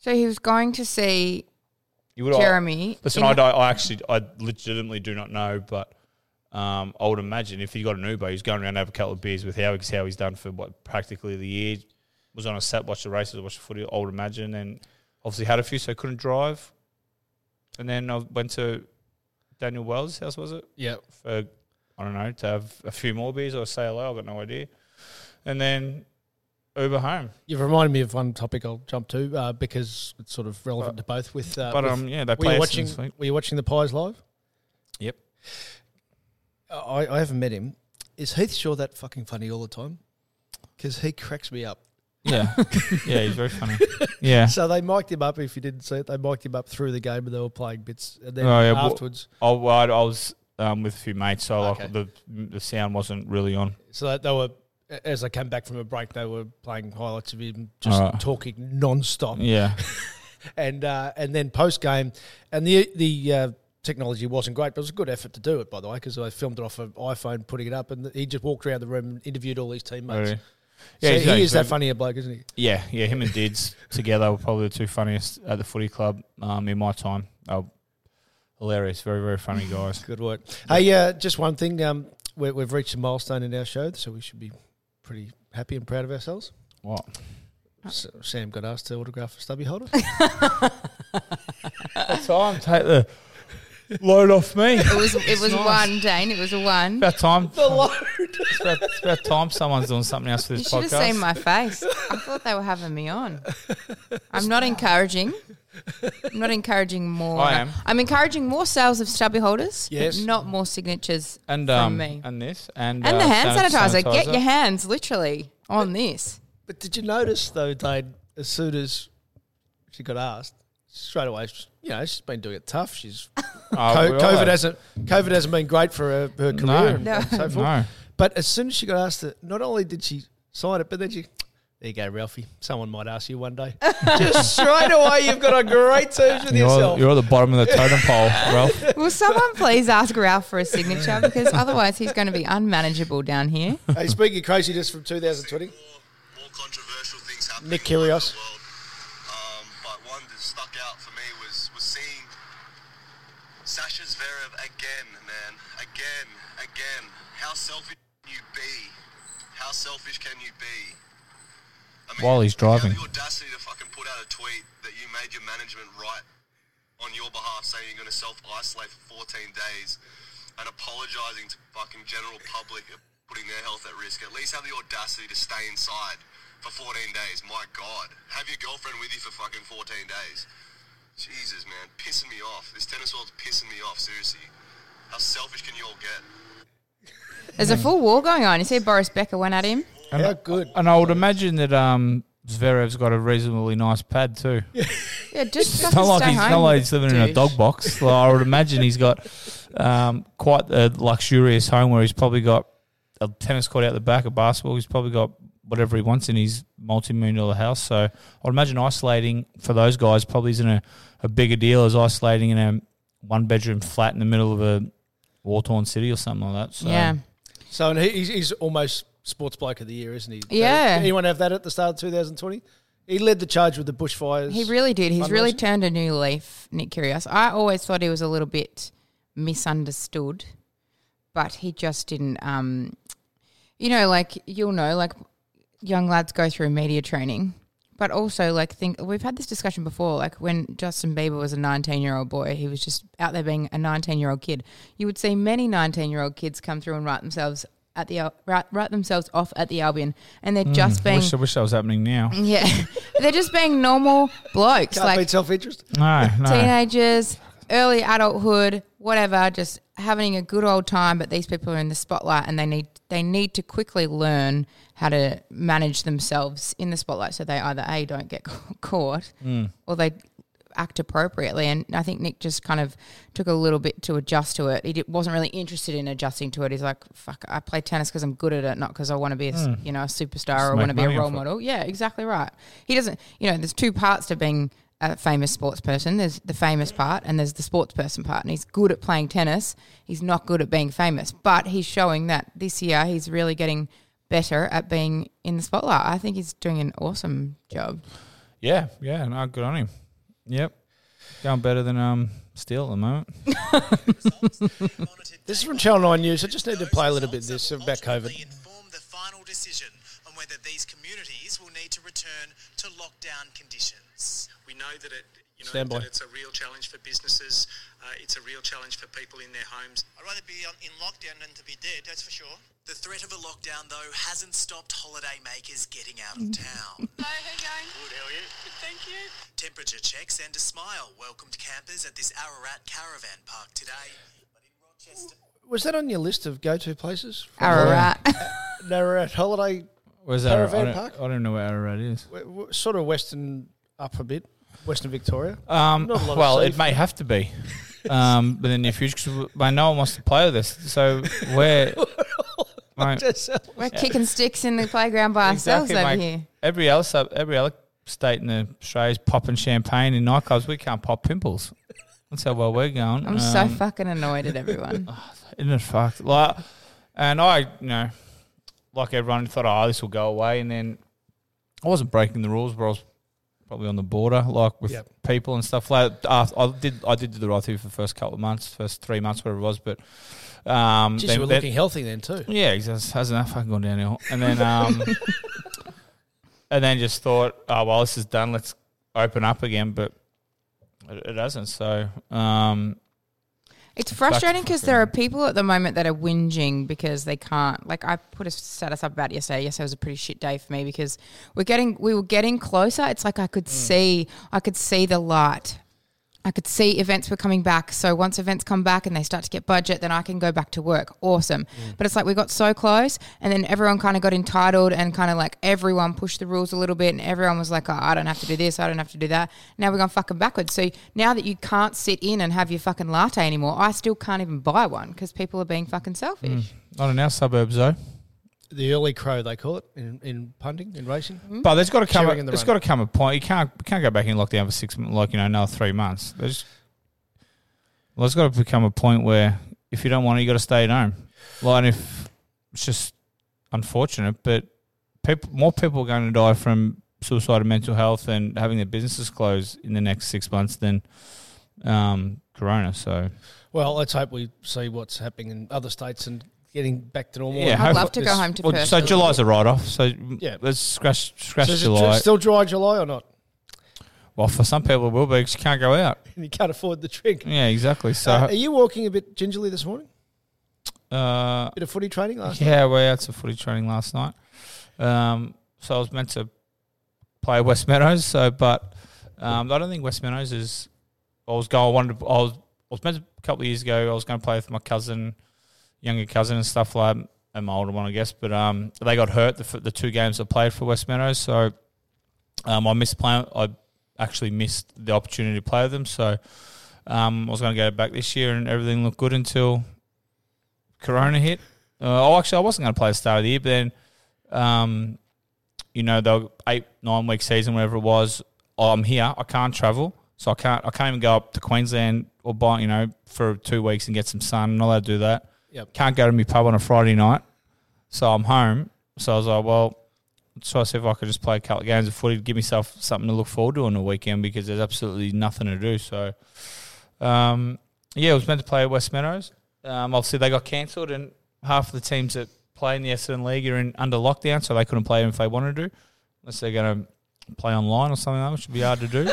Speaker 2: So he was going to see
Speaker 3: You would
Speaker 2: Jeremy.
Speaker 3: Listen,
Speaker 2: in-
Speaker 3: I, don't- I actually, I legitimately do not know, but um, I would imagine if he got an Uber, he's going around to have a couple of beers with Howie because Howie's done for what practically the year. Was on a set, watched the races, watched the footy. I would imagine, and obviously had a few, so couldn't drive. And then I went to Daniel Wells' house, was it?
Speaker 1: Yeah,
Speaker 3: For I don't know to have a few more beers or say hello. I've got no idea. And then Uber home.
Speaker 1: You've reminded me of one topic I'll jump to uh, because it's sort of relevant to both. With uh,
Speaker 3: But
Speaker 1: with-
Speaker 3: um, yeah, they
Speaker 1: were
Speaker 3: play
Speaker 1: you
Speaker 3: us
Speaker 1: watching?
Speaker 3: this week.
Speaker 1: Were you watching the Pies live?
Speaker 3: Yep.
Speaker 1: I, I haven't met him. Is Heath Shaw that fucking funny all the time? Because he cracks me up.
Speaker 3: Yeah, yeah, he's very funny. Yeah.
Speaker 1: So they mic'd him up. If you didn't see it, they mic'd him up through the game, and they were playing bits. And then
Speaker 3: Oh, yeah, wha-
Speaker 1: afterwards,
Speaker 3: Oh, well, I, I was um, with a few mates, so
Speaker 1: Okay.
Speaker 3: like the the sound wasn't really on.
Speaker 1: so that they were as they came back from a break, they were playing highlights of him just
Speaker 3: Alright.
Speaker 1: talking non-stop.
Speaker 3: Yeah,
Speaker 1: and uh, and then post game, and the the uh, technology wasn't great, but it was a good effort to do it by the way because I filmed it off an iPhone, putting it up, and he just walked around the room, and interviewed all his teammates.
Speaker 3: Really?
Speaker 1: So
Speaker 3: Yeah, he's
Speaker 1: he
Speaker 3: very
Speaker 1: is that
Speaker 3: sweet.
Speaker 1: funny a bloke, isn't he?
Speaker 3: yeah, yeah. Him and Dids together were probably the two funniest at the footy club um, in my time. Oh, hilarious! Very very funny guys.
Speaker 1: Good work. Hey, uh, just one thing. Um, we we've reached a milestone in our show, so we should be pretty happy and proud of ourselves.
Speaker 3: What?
Speaker 1: S Sam got asked to autograph a stubby holder.
Speaker 3: Time take the load off me.
Speaker 2: It was it was one, Dane. It was a one.
Speaker 3: About time. The load. It's about, it's about time someone's doing something else for
Speaker 2: You
Speaker 3: this
Speaker 2: should have
Speaker 3: podcast.
Speaker 2: seen my face. I thought they were having me on. I'm not encouraging. I'm not encouraging more.
Speaker 3: I am.
Speaker 2: I'm encouraging more sales of stubby holders. but
Speaker 1: Yes.
Speaker 2: Not more signatures
Speaker 3: and
Speaker 2: from
Speaker 3: um
Speaker 2: me.
Speaker 3: and this and
Speaker 2: And
Speaker 3: uh,
Speaker 2: the hand
Speaker 3: sanit-
Speaker 2: sanitizer. Get
Speaker 3: sanitizer.
Speaker 2: your hands literally on this.
Speaker 1: but did you notice though, Dane? As soon as she got asked, straight away, she's- you know, she's been doing it tough. She's
Speaker 3: Oh, uh,
Speaker 1: Co-
Speaker 3: we all
Speaker 1: COVID
Speaker 3: have.
Speaker 1: hasn't COVID hasn't been great for her, her career and
Speaker 3: No.
Speaker 1: so forth.
Speaker 3: No.
Speaker 1: But as soon as she got asked it, not only did she sign it, but then she, there you go, Ralphie. Someone might ask you one day. Just straight away, you've got a great terms with
Speaker 3: You're,
Speaker 1: yourself.
Speaker 3: you're at the bottom of the totem pole, Ralph.
Speaker 2: Will someone please ask Ralph for a signature because otherwise he's going to be unmanageable down here.
Speaker 1: hey, speaking of craziness from 2020,
Speaker 4: more, more controversial things happening
Speaker 1: Nick
Speaker 4: all over
Speaker 1: Kyrgios.
Speaker 4: the world. Um, but one that stuck out for me was was seeing Sasha Zverev again, man, again, again. How selfish can you be? How selfish can you be? I
Speaker 3: While he's
Speaker 4: you have
Speaker 3: driving.
Speaker 4: the audacity to fucking put out a tweet that you made your management right on your behalf, saying you're going to self-isolate for 14 days, and apologising to fucking general public of putting their health at risk. At least have the audacity to stay inside for 14 days. My God, have your girlfriend with you for fucking 14 days. Jesus, man, pissing me off. This tennis world's pissing me off. Seriously, how selfish can you all get?
Speaker 2: There's a full war going on. You see Boris Becker went at him.
Speaker 1: how good.
Speaker 3: And I would imagine that um, Zverev's got a reasonably nice pad too.
Speaker 2: Yeah, just
Speaker 3: It's not
Speaker 2: fucking
Speaker 3: like
Speaker 2: stay
Speaker 3: he's
Speaker 2: home,
Speaker 3: not like he's living in a
Speaker 2: douche.
Speaker 3: dog box. Like, I would imagine he's got um, quite a luxurious home where he's probably got a tennis court out the back, a basketball. He's probably got whatever he wants in his multi-million dollar house. So I would imagine isolating for those guys probably isn't a, a bigger deal as isolating in a one bedroom flat in the middle of a war torn city or something like that. So
Speaker 2: Yeah.
Speaker 1: So and he, he's, he's almost sports bloke of the year, isn't he?
Speaker 2: Yeah.
Speaker 1: Anyone have that at the start of 2020? He led the charge with the bushfires.
Speaker 2: He really did. He's really
Speaker 1: Fundraising?
Speaker 2: turned a new leaf, Nick Kyrgios. I always thought he was a little bit misunderstood, but he just didn't. Um, you know, like you'll know, like young lads go through media training, but also like think we've had this discussion before. Like when Justin Bieber was a nineteen-year-old boy, he was just out there being a nineteen-year-old kid. You would see many nineteen-year-old kids come through and write themselves at the Al- write, write themselves off at the Albion, and they're just
Speaker 3: I
Speaker 2: being.
Speaker 3: wish, I wish that was happening now.
Speaker 2: yeah, they're just being normal blokes.
Speaker 1: Can't
Speaker 2: like
Speaker 1: beat self interest.
Speaker 3: No, no.
Speaker 2: teenagers, early adulthood, whatever, just having a good old time. But these people are in the spotlight, and they need they need to quickly learn how to manage themselves in the spotlight, so they either a don't get caught,
Speaker 3: Mm.
Speaker 2: or they act appropriately. And I think Nick just kind of took a little bit to adjust to it. He di- wasn't really interested in adjusting to it. He's like, "Fuck, I play tennis because I'm good at it, not because I want to be, a, s- you know, a superstar or
Speaker 3: Mm. make
Speaker 2: want to be a
Speaker 3: money
Speaker 2: role
Speaker 3: off it.
Speaker 2: model." Yeah, exactly right. He doesn't, you know, there's two parts to being a famous sports person. There's the famous part and there's the sports person part. And he's good at playing tennis. He's not good at being famous, but he's showing that this year he's really getting better at being in the spotlight. I think he's doing an awesome job.
Speaker 3: Yeah, yeah, no, good on him. Yep. Going better than um Steele at the moment.
Speaker 1: This is from Channel 9 News. I just need to play a little bit of this about COVID.
Speaker 5: inform the final decision on whether these communities will need to return to lockdown conditions.
Speaker 6: We know that it, you know,
Speaker 1: Stand by.
Speaker 6: that it's a real challenge for businesses. Uh, it's a real challenge for people in their homes.
Speaker 5: I'd rather be on, in lockdown than to be dead, that's for sure. The threat of a lockdown, though, hasn't stopped holidaymakers getting out of town. Temperature checks and a smile welcomed campers at this Ararat Caravan Park today. But in Rochester...
Speaker 1: Was that on your list of go to places?
Speaker 2: Ararat.
Speaker 1: Ararat Holiday,
Speaker 3: Where's that? I
Speaker 1: Caravan
Speaker 3: don't,
Speaker 1: Park?
Speaker 3: I don't know where Ararat is.
Speaker 1: w- w- sort of western up a bit, western Victoria.
Speaker 3: Um,
Speaker 1: Not a lot of
Speaker 3: well, it
Speaker 1: safe.
Speaker 3: may have to be. Um, but in the near future, because mate, no one wants to play with us. So where, mate,
Speaker 2: We're kicking sticks in the playground by ourselves
Speaker 3: exactly,
Speaker 2: over
Speaker 3: mate.
Speaker 2: here.
Speaker 3: every other sub, every other state in the Australia's popping champagne in nightclubs. We can't pop pimples. That's how well we're going. Um,
Speaker 2: I'm so fucking annoyed at everyone.
Speaker 3: Isn't it fucked? Like, and I, you know, like everyone thought, oh, this will go away. And then I wasn't breaking the rules, but I was probably on the border, like with
Speaker 1: Yep.
Speaker 3: people and stuff like that. After, I did, I did do the right thing for the first couple of months, first three months, whatever it was. But um,
Speaker 1: Geez,
Speaker 3: then-
Speaker 1: you were
Speaker 3: then-
Speaker 1: looking healthy then, too.
Speaker 3: yeah, he just hasn't that fucking gone downhill. And then um and then just thought, oh well this is done, let's open up again, but it, it hasn't. So um
Speaker 2: It's frustrating because there are people at the moment that are whinging because they can't. Like I put a status up about it yesterday. Yesterday was a pretty shit day for me because we're getting we were getting closer. It's like I could see I could see the light I could see events were coming back. So once events come back and they start to get budget, then I can go back to work. Awesome.
Speaker 3: Mm.
Speaker 2: But it's like we got so close and then everyone kind of got entitled and kind of like everyone pushed the rules a little bit and everyone was like, oh, I don't have to do this. I don't have to do that. Now we're going fucking backwards. So now that you can't sit in and have your fucking latte anymore, I still can't even buy one because people are being fucking selfish.
Speaker 3: Not in our suburbs though.
Speaker 1: The early crow they call it in, in punting in racing.
Speaker 3: But there's got to come.
Speaker 1: Cheering in
Speaker 3: A,
Speaker 1: the
Speaker 3: there's
Speaker 1: run.
Speaker 3: got to come a point. You can't you can't go back in lockdown for six months, like you know another three months. There's well, it's got to become a point where if you don't want it, you got to stay at home. Like and if it's just unfortunate, but people more people are going to die from suicide and mental health and having their businesses closed in the next six months than um, corona. So
Speaker 1: Well, let's hope we see what's happening in other states and getting back to normal.
Speaker 3: yeah,
Speaker 2: I'd love
Speaker 3: hopefully-
Speaker 2: to go
Speaker 3: it's-
Speaker 2: home to
Speaker 3: well,
Speaker 2: Perth
Speaker 3: So
Speaker 2: for a
Speaker 3: July's a write off. So
Speaker 1: Yeah.
Speaker 3: yeah, let's scratch scratch
Speaker 1: So is it
Speaker 3: July.
Speaker 1: still dry July or not?
Speaker 3: well, for some people it will be 'cause you can't go out.
Speaker 1: You can't afford the drink.
Speaker 3: Yeah, exactly. Mm. So.
Speaker 1: Uh, are you walking a bit gingerly this morning?
Speaker 3: Uh,
Speaker 1: Bit of footy training last night.
Speaker 3: yeah, we had some footy training last night. Um, so I was meant to play West Meadows. So, but um, I don't think West Meadows is. I was going. I wanted. To, I was. I was meant to, a couple of years ago. I was going to play with my cousin, younger cousin, and stuff like. And my older one, I guess. But um, they got hurt the f- the two games I played for West Meadows. So, um, I missed playing. I actually missed the opportunity to play with them. So. Um, I was going to go back this year, and everything looked good until Corona hit. Uh, oh, actually, I wasn't going to play the start of the year, but then, um, you know, the eight, nine week season, whatever it was, oh, I'm here. I can't travel, so I can't. I can't even go up to Queensland or buy, you know, for two weeks and get some sun. I'm not allowed to do that.
Speaker 1: Yep.
Speaker 3: Can't go to my pub on a Friday night, so I'm home. So I was like, well, so I see if I could just play a couple of games of footy, to give myself something to look forward to on the weekend because there's absolutely nothing to do. So, um, yeah, it was meant to play at West Meadows. Um, obviously, they got cancelled, and half of the teams that play in the Essendon League are in under lockdown, so they couldn't play them if they wanted to, unless they're going to play online or something like that, which would be hard to do.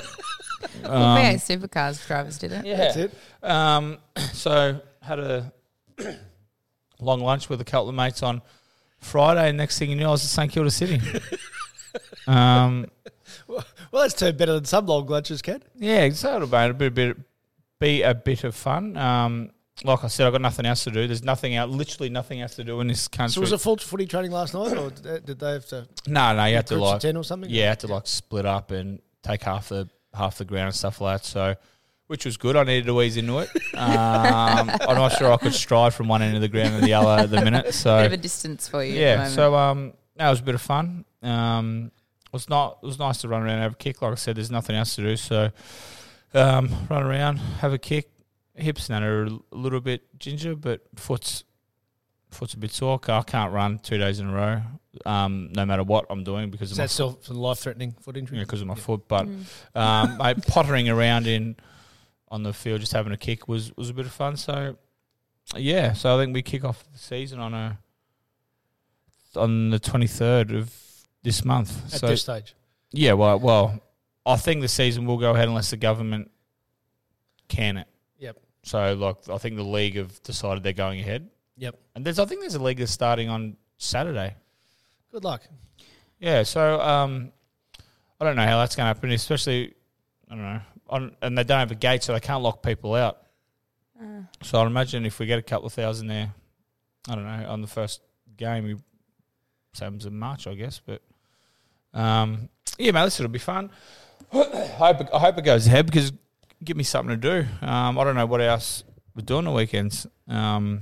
Speaker 2: Well,
Speaker 3: Um,
Speaker 2: V8 supercars drivers did it.
Speaker 3: yeah,
Speaker 1: That's it.
Speaker 3: um, so had a long lunch with a couple of mates on Friday, and next thing you knew, I was at St Kilda City. um,
Speaker 1: Well, that's turned better than some long lunches, Ken.
Speaker 3: yeah, so it'll be a bit, bit, be a bit of fun. Um, like I said, I've got nothing else to do. There's nothing out, literally nothing else to do in this country.
Speaker 1: So was it full footy training last night, or did they- did they have to?
Speaker 3: No, no, you had to
Speaker 1: groups of
Speaker 3: like
Speaker 1: 10 or something?
Speaker 3: Yeah, you had to like split up and take half the half the ground and stuff like that. So, which was good. I needed to ease into it. Um, I'm not sure I could stride from one end of the ground to the other at the minute.
Speaker 2: Bit of
Speaker 3: So
Speaker 2: a distance for you.
Speaker 3: yeah,
Speaker 2: Yeah.
Speaker 3: so um, that was a bit of fun. Um, it was not it was nice to run around and have a kick. Like I said, there's nothing else to do, so um, run around, have a kick. Hips now are a little bit ginger, but foot's foot's a bit sore. I can't run two days in a row, um, no matter what I'm doing because
Speaker 1: Is
Speaker 3: of my
Speaker 1: that still for life threatening foot injury?
Speaker 3: because of my foot. But um, I, pottering around in on the field, just having a kick was was a bit of fun. So yeah, so I think we kick off the season on a on the twenty third of this month.
Speaker 1: At
Speaker 3: so
Speaker 1: this stage,
Speaker 3: yeah, well, well, I think the season will go ahead unless the government can it.
Speaker 1: Yep.
Speaker 3: So like, I think the league have decided they're going ahead.
Speaker 1: Yep.
Speaker 3: And there's, I think there's a league that's starting on Saturday.
Speaker 1: good luck.
Speaker 3: Yeah, so um, I don't know how that's going to happen, especially I don't know, on, and they don't have a gate, so they can't lock people out.
Speaker 2: Ah.
Speaker 3: So I'd imagine if we get a couple of thousand there, I don't know, on the first game, we Sam's in March, I guess. But um, yeah, mate, this will be fun. I hope it, I hope it goes ahead because give me something to do. Um, I don't know what else we're doing the weekends. Um,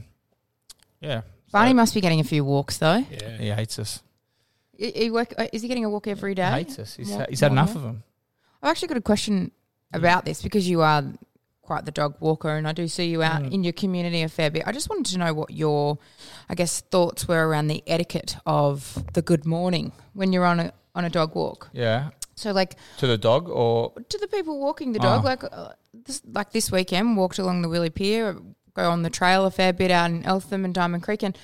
Speaker 3: yeah,
Speaker 2: Barney must be getting a few walks though.
Speaker 1: Yeah.
Speaker 3: he hates us.
Speaker 2: He, he work, uh, is he getting a walk every day?
Speaker 3: He hates us. He's,
Speaker 2: More-
Speaker 3: he's had
Speaker 2: more
Speaker 3: enough
Speaker 2: walk?
Speaker 3: of them.
Speaker 2: I've actually got a question about this because you are quite the dog walker and I do see you out in your community a fair bit. I just wanted to know what your, I guess, thoughts were around the etiquette of the good morning when you're on a, on a dog walk.
Speaker 3: Yeah.
Speaker 2: So, like,
Speaker 3: To the dog or
Speaker 2: to the people walking the dog,
Speaker 3: Oh.
Speaker 2: like, uh, this, like this weekend, walked along the Willie Pier, go on the trail a fair bit out in Eltham and Diamond Creek, and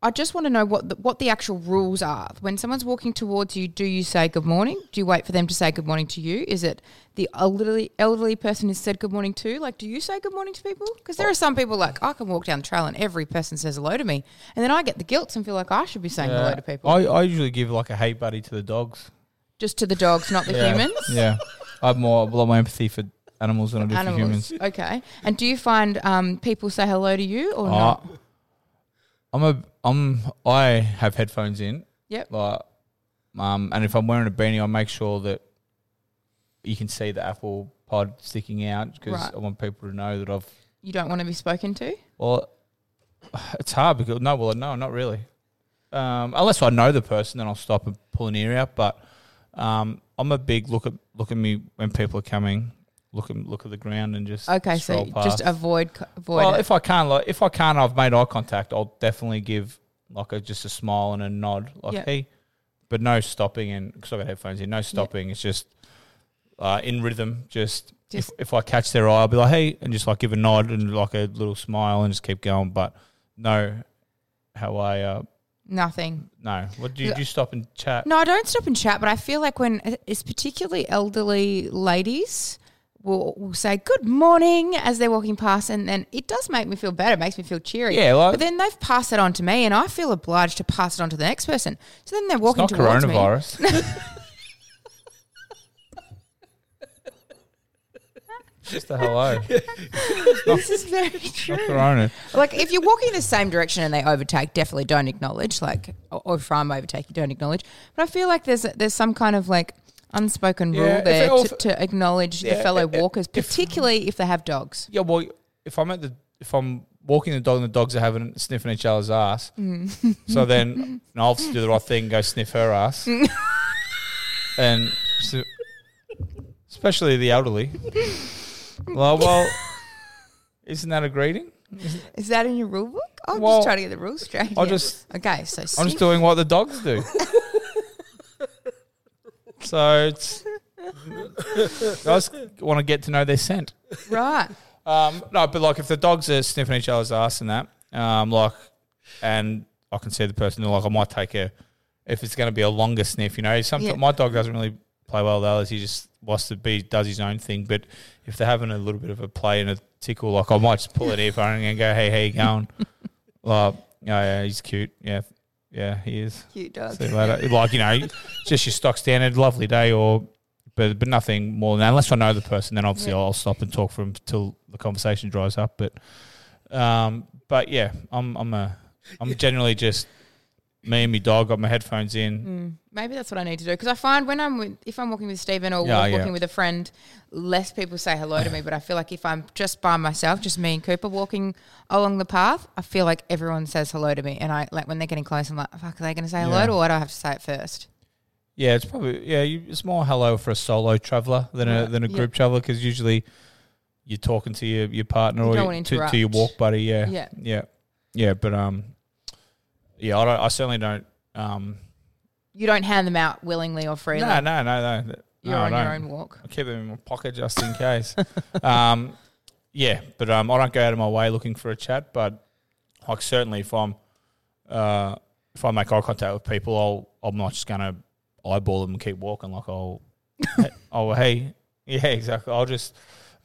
Speaker 2: I just want to know what the, what the actual rules are. When someone's walking towards you, do you say good morning? Do you wait for them to say good morning to you? Is it the elderly elderly person is said good morning to? Like, do you say good morning to people? Because there are some people like I can walk down the trail and every person says hello to me, and then I get the guilt and feel like I should be saying hello to people,
Speaker 3: uh, I, I usually give like a hey buddy to the dogs.
Speaker 2: just to the dogs, not the humans.
Speaker 3: Yeah. I have more a lot more empathy for animals than I do for humans.
Speaker 2: Animals. Okay. And do you find um, people say hello to you or not?
Speaker 3: Uh, I'm a I'm I have headphones in.
Speaker 2: Yep.
Speaker 3: Like, um, and if I'm wearing a beanie, I make sure that you can see the Apple Pod sticking out because
Speaker 2: Right.
Speaker 3: I want people to know that I've.
Speaker 2: You don't want to be spoken to?
Speaker 3: Well, it's hard because no, well, no, not really. Um, unless I know the person, then I'll stop and pull an ear out. But um, I'm a big look at look at me when people are coming. Look at look at the ground and just
Speaker 2: Okay,
Speaker 3: stroll
Speaker 2: so just
Speaker 3: past.
Speaker 2: avoid c- avoid
Speaker 3: Well,
Speaker 2: it.
Speaker 3: if I can't, like, if I can't, I've made eye contact. I'll definitely give like a, just a smile and a nod, like
Speaker 2: Yep.
Speaker 3: hey, but no stopping. And because I've got headphones in, no stopping. It's just uh, in rhythm. Just,
Speaker 2: Just-
Speaker 3: if, if I catch their eye, I'll be like hey, and just like give a nod and like a little smile and just keep going. But no, how I uh,
Speaker 2: Nothing.
Speaker 3: no. What do you do? You stop and chat.
Speaker 2: No, I don't stop and chat, but I feel like when uh, it's particularly elderly ladies will, will say good morning as they're walking past, and then it does make me feel better. It makes me feel cheery.
Speaker 3: Yeah, like-
Speaker 2: but then they've passed it on to me, and I feel obliged to pass it on to the next person. So then they're
Speaker 3: It's
Speaker 2: walking
Speaker 3: not
Speaker 2: towards me.
Speaker 3: coronavirus. Just a hello.
Speaker 2: This is very true.
Speaker 3: Not corona.
Speaker 2: like if you're walking the same direction and they overtake, definitely don't acknowledge. Like, or- or if I'm overtaking, don't acknowledge. But I feel like there's there's some kind of like unspoken
Speaker 3: Yeah,
Speaker 2: rule
Speaker 3: if
Speaker 2: there
Speaker 3: it all-
Speaker 2: to, to acknowledge
Speaker 3: Yeah, eh,
Speaker 2: the fellow
Speaker 3: i- i-
Speaker 2: walkers, particularly if they have dogs.
Speaker 3: Yeah, well, if I'm at the if I'm walking the dog and the dogs are having sniffing each other's ass, so then and I'll do the right thing, and go sniff her ass, and so- especially the elderly. Well, well, isn't that a greeting?
Speaker 2: Is that in your rule book? I'm
Speaker 3: Well,
Speaker 2: just trying to get the rules straight.
Speaker 3: I'll
Speaker 2: here.
Speaker 3: just-
Speaker 2: okay. So
Speaker 3: I'm just doing what the dogs do. so it's I just want to get to know their scent.
Speaker 2: right.
Speaker 3: Um, no, but like if the dogs are sniffing each other's ass and that, um, like, and I can see the person, like, I might take a, if it's going to be a longer sniff, you know. Some
Speaker 2: Yeah.
Speaker 3: my dog doesn't really play well with others. He just wants to be does his own thing. But if they're having a little bit of a play and a tickle, like I might just pull an earphone and go, "Hey, how you going?" like, oh yeah, he's cute. Yeah, yeah, he is.
Speaker 2: Cute dog.
Speaker 3: See you later. like you know, just your stock standard, lovely day, or but but nothing more than that. Unless I know the person, then obviously I'll stop and talk for them till the conversation dries up. But um, but yeah, I'm I'm a I'm generally just me and my dog. Got my headphones
Speaker 2: Mm.
Speaker 3: in.
Speaker 2: Maybe that's what I need to do because I find when I'm with, if I'm walking with Stephen or
Speaker 3: Yeah,
Speaker 2: walking
Speaker 3: yeah.
Speaker 2: with a friend, less people say hello to me. But I feel like if I'm just by myself, just me and Cooper walking along the path, I feel like everyone says hello to me. And I like when they're getting close, I'm like, "Oh, fuck, are they going to say hello
Speaker 3: Yeah.
Speaker 2: to or do I have to say it first?
Speaker 3: Yeah, it's probably yeah. You, it's more hello for a solo traveler than a
Speaker 2: Right,
Speaker 3: than a
Speaker 2: yeah.
Speaker 3: group traveler because usually you're talking to your, your partner
Speaker 2: You
Speaker 3: or
Speaker 2: don't
Speaker 3: your,
Speaker 2: wanna
Speaker 3: to,
Speaker 2: interrupt.
Speaker 3: to your walk buddy. Yeah,
Speaker 2: Yeah.
Speaker 3: yeah, yeah. But um, yeah, I don't. I certainly don't um.
Speaker 2: You don't hand them out willingly or freely.
Speaker 3: No, no, no, no.
Speaker 2: You're
Speaker 3: no, I
Speaker 2: on your
Speaker 3: don't.
Speaker 2: own walk.
Speaker 3: I keep them in my pocket just in case. um, yeah, but um, I don't go out of my way looking for a chat. But like certainly, if I'm uh, if I make eye contact with people, I'll I'm not just gonna eyeball them and keep walking. Like I'll oh hey yeah exactly. I'll just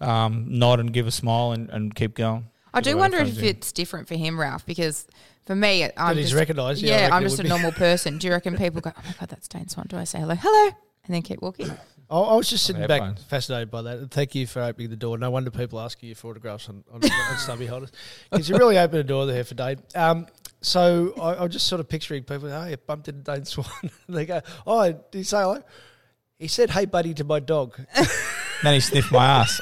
Speaker 3: um, nod and give a smile and, and keep going.
Speaker 2: I do
Speaker 3: Whatever
Speaker 2: wonder
Speaker 3: comes
Speaker 2: if
Speaker 3: in.
Speaker 2: it's different for him, Ralph, because for me, I'm
Speaker 1: he's
Speaker 2: just
Speaker 1: recognised, yeah, I
Speaker 2: Yeah,
Speaker 1: reckon
Speaker 2: I'm
Speaker 1: it
Speaker 2: just
Speaker 1: would
Speaker 2: a
Speaker 1: be.
Speaker 2: normal person. Do you reckon people go, oh my god, that's Dane Swan? Do I say hello, hello, and then keep walking?
Speaker 1: I, I was just sitting back,
Speaker 3: headphones.
Speaker 1: fascinated by that. And thank you for opening the door. No wonder people ask you for autographs on, on, on stubby holders because you really opened the door there for Dane. Um, so I, I was just sort of picturing people. Oh, you bumped into Dane Swan. and they go, "Oh, did you say hello?" He said, "Hey, buddy," to my dog.
Speaker 3: Then he sniffed my ass.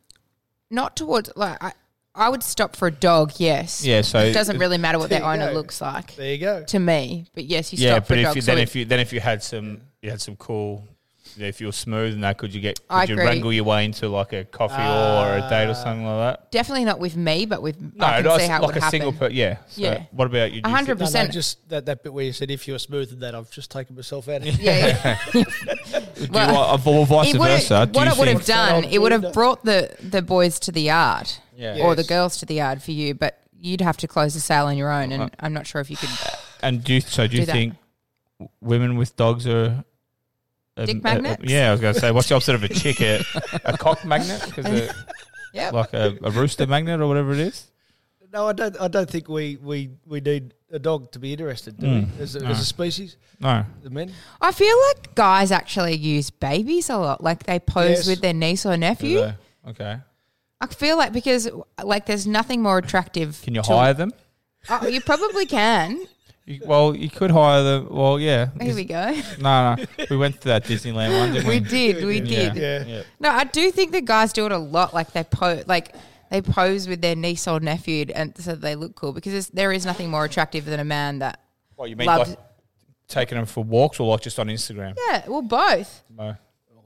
Speaker 2: not towards like I, I would stop for a dog. Yes.
Speaker 3: Yeah, so-
Speaker 2: it doesn't really matter what their
Speaker 1: There you
Speaker 2: owner
Speaker 1: go.
Speaker 2: looks like
Speaker 1: there you go.
Speaker 2: to me. But yes, you
Speaker 3: yeah,
Speaker 2: stop for
Speaker 3: but
Speaker 2: a
Speaker 3: if
Speaker 2: dog.
Speaker 3: you,
Speaker 2: so
Speaker 3: then
Speaker 2: it-
Speaker 3: if you then if you had some you had some cool, you know, if you were smooth and that, could you get could
Speaker 2: I
Speaker 3: you
Speaker 2: agree.
Speaker 3: wrangle your way into like a coffee or a date or something like that?
Speaker 2: definitely not with me, but with
Speaker 3: No,
Speaker 2: I
Speaker 3: no,
Speaker 2: can see how it
Speaker 3: like
Speaker 2: would
Speaker 3: a
Speaker 2: happen.
Speaker 3: single per Yeah. So
Speaker 2: Yeah.
Speaker 3: What about you?
Speaker 2: A hundred
Speaker 1: No, no,
Speaker 2: percent.
Speaker 1: just that, that bit where you said, if you were smoother than that, I've just taken myself out.
Speaker 2: Yeah. yeah.
Speaker 3: Do you
Speaker 2: Well,
Speaker 3: want- or vice
Speaker 2: It would've-
Speaker 3: versa? do
Speaker 2: what
Speaker 3: you
Speaker 2: it would have
Speaker 3: think-
Speaker 2: done,
Speaker 1: I'll
Speaker 2: it would
Speaker 1: do
Speaker 2: have
Speaker 1: that?
Speaker 2: brought the, the boys to the yard
Speaker 3: Yeah.
Speaker 2: or the
Speaker 1: Yes.
Speaker 2: girls to the yard for you, but you'd have to close the sale on your own. And I'm not sure if you could.
Speaker 3: And do you, so? Do you
Speaker 2: Do that.
Speaker 3: think w- women with dogs are um,
Speaker 2: Dick
Speaker 3: uh,
Speaker 2: magnets?
Speaker 3: yeah, I was going to say, what's the opposite of a chick? A, a cock magnet, 'Cause a-
Speaker 2: Yep.
Speaker 3: like a, a rooster magnet or whatever it is.
Speaker 1: No, I don't. I don't think we, we, we need a dog to be interested, do we? As a, as a species,
Speaker 3: No,
Speaker 1: the men.
Speaker 2: I feel like guys actually use babies a lot. Like they pose
Speaker 1: Yes.
Speaker 2: with their niece or nephew.
Speaker 3: So, okay.
Speaker 2: I feel like because like there's nothing more attractive.
Speaker 3: Can you
Speaker 2: to-
Speaker 3: hire them?
Speaker 2: Oh, you probably can.
Speaker 3: You, well, you could hire them. Well, yeah.
Speaker 2: Here we go.
Speaker 3: No, no, we went to that Disneyland one, didn't we?
Speaker 2: We did. We
Speaker 3: Yeah.
Speaker 2: did.
Speaker 1: Yeah.
Speaker 2: No, I do think that guys do it a lot. Like they pose, like they pose with their niece or nephew, and so they look cool because there's- there is nothing more attractive than a man that.
Speaker 3: What you mean,
Speaker 2: Love-
Speaker 3: like taking them for walks or like just on Instagram?
Speaker 2: Yeah, well, both,
Speaker 3: No.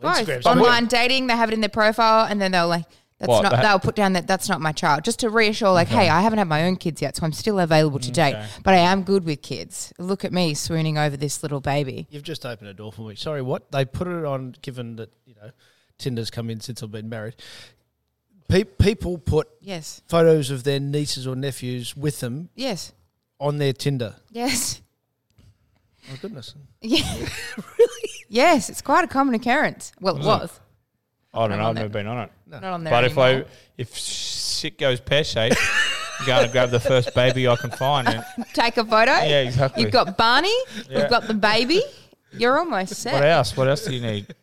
Speaker 2: both
Speaker 1: Instagram's
Speaker 2: online dating. They have it in their profile, and then they'll like. That's
Speaker 3: What,
Speaker 2: not.
Speaker 3: that-
Speaker 2: they'll put down that that's not my child, just to reassure. Like, hey, I haven't had my own kids yet, so I'm still available
Speaker 3: Mm,
Speaker 2: to date, but I am good with kids. Look at me swooning over this little baby.
Speaker 1: You've just opened a door for me. Sorry, what they put it on? Given that you know, Tinder's come in since I've been married. Pe- people put
Speaker 2: Yes.
Speaker 1: photos of their nieces or nephews with them
Speaker 2: Yes.
Speaker 1: on their Tinder.
Speaker 2: Yes.
Speaker 1: Oh goodness!
Speaker 2: Yeah. really? Yes, it's quite a common occurrence. Well, it was.
Speaker 3: I don't know.
Speaker 2: on
Speaker 3: I've
Speaker 2: there.
Speaker 3: never been on it.
Speaker 2: Not on there.
Speaker 3: Mm. But if
Speaker 2: anymore.
Speaker 3: I if shit goes pear shaped, I'm going to grab the first baby I can find. And,
Speaker 2: take a photo.
Speaker 3: Yeah, exactly.
Speaker 2: You've got Barney.
Speaker 3: Yeah.
Speaker 2: You've got the baby. You're almost
Speaker 3: what
Speaker 2: set.
Speaker 3: else? What else do you need?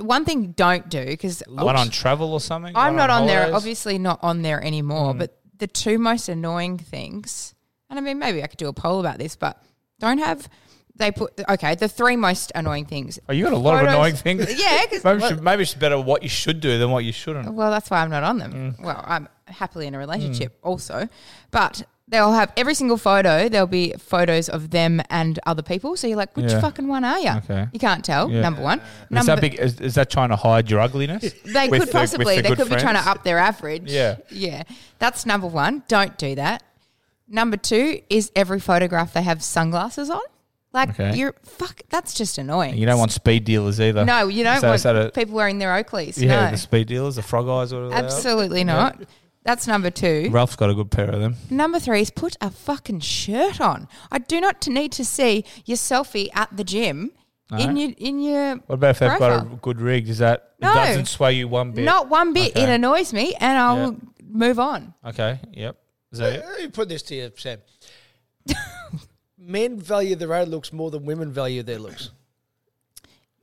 Speaker 2: One thing don't do because
Speaker 3: One on travel or something?
Speaker 2: I'm
Speaker 3: One
Speaker 2: not on there.
Speaker 3: holidays?
Speaker 2: Obviously not on there anymore.
Speaker 3: Mm-hmm.
Speaker 2: But the two most annoying things, and I mean maybe I could do a poll about this, but don't have they put okay the three most annoying things.
Speaker 3: Oh, you got a lot of
Speaker 2: Photos-
Speaker 3: annoying things.
Speaker 2: Yeah, 'cause-
Speaker 3: maybe, you should, maybe it's better what you should do than what you shouldn't.
Speaker 2: Well, that's why I'm not on them.
Speaker 3: Mm.
Speaker 2: Well, I'm happily in a relationship also, but they'll have every single photo. There'll be photos of them and other people. So you're like, which
Speaker 3: Yeah.
Speaker 2: fucking one are you?
Speaker 3: Okay.
Speaker 2: You can't tell.
Speaker 3: Yeah.
Speaker 2: Number one.
Speaker 3: Is
Speaker 2: Number
Speaker 3: that big? Is, is that trying to hide your ugliness?
Speaker 2: They
Speaker 3: With
Speaker 2: could
Speaker 3: the- with
Speaker 2: possibly.
Speaker 3: the
Speaker 2: they
Speaker 3: good
Speaker 2: could be trying
Speaker 3: friends?
Speaker 2: to up their average.
Speaker 3: Yeah.
Speaker 2: Yeah. That's number one. Don't do that. Number two is every photograph they have sunglasses on. Like
Speaker 3: Okay.
Speaker 2: you're fuck. That's just annoying.
Speaker 3: You don't want speed dealers either.
Speaker 2: No, you don't
Speaker 3: So is
Speaker 2: want
Speaker 3: that a-
Speaker 2: people wearing their Oakleys.
Speaker 3: Yeah,
Speaker 2: no.
Speaker 3: the speed dealers, the frog eyes, whatever. they are.
Speaker 2: Absolutely not. That's number two.
Speaker 3: Ralph's got a good pair of them.
Speaker 2: Number three is put a fucking shirt on. I do not t- need to see your selfie at the gym in
Speaker 3: No.
Speaker 2: your in your.
Speaker 3: What about if they've got a
Speaker 2: profile.
Speaker 3: good rig? Does that
Speaker 2: No.
Speaker 3: it doesn't sway you one bit?
Speaker 2: Not one bit. It
Speaker 3: Okay.
Speaker 2: annoys me, and I'll
Speaker 3: Yeah.
Speaker 2: move on.
Speaker 3: Okay. Yep. Is that it?
Speaker 1: Who put this to you, Sam? Men value their own looks more than women value their looks.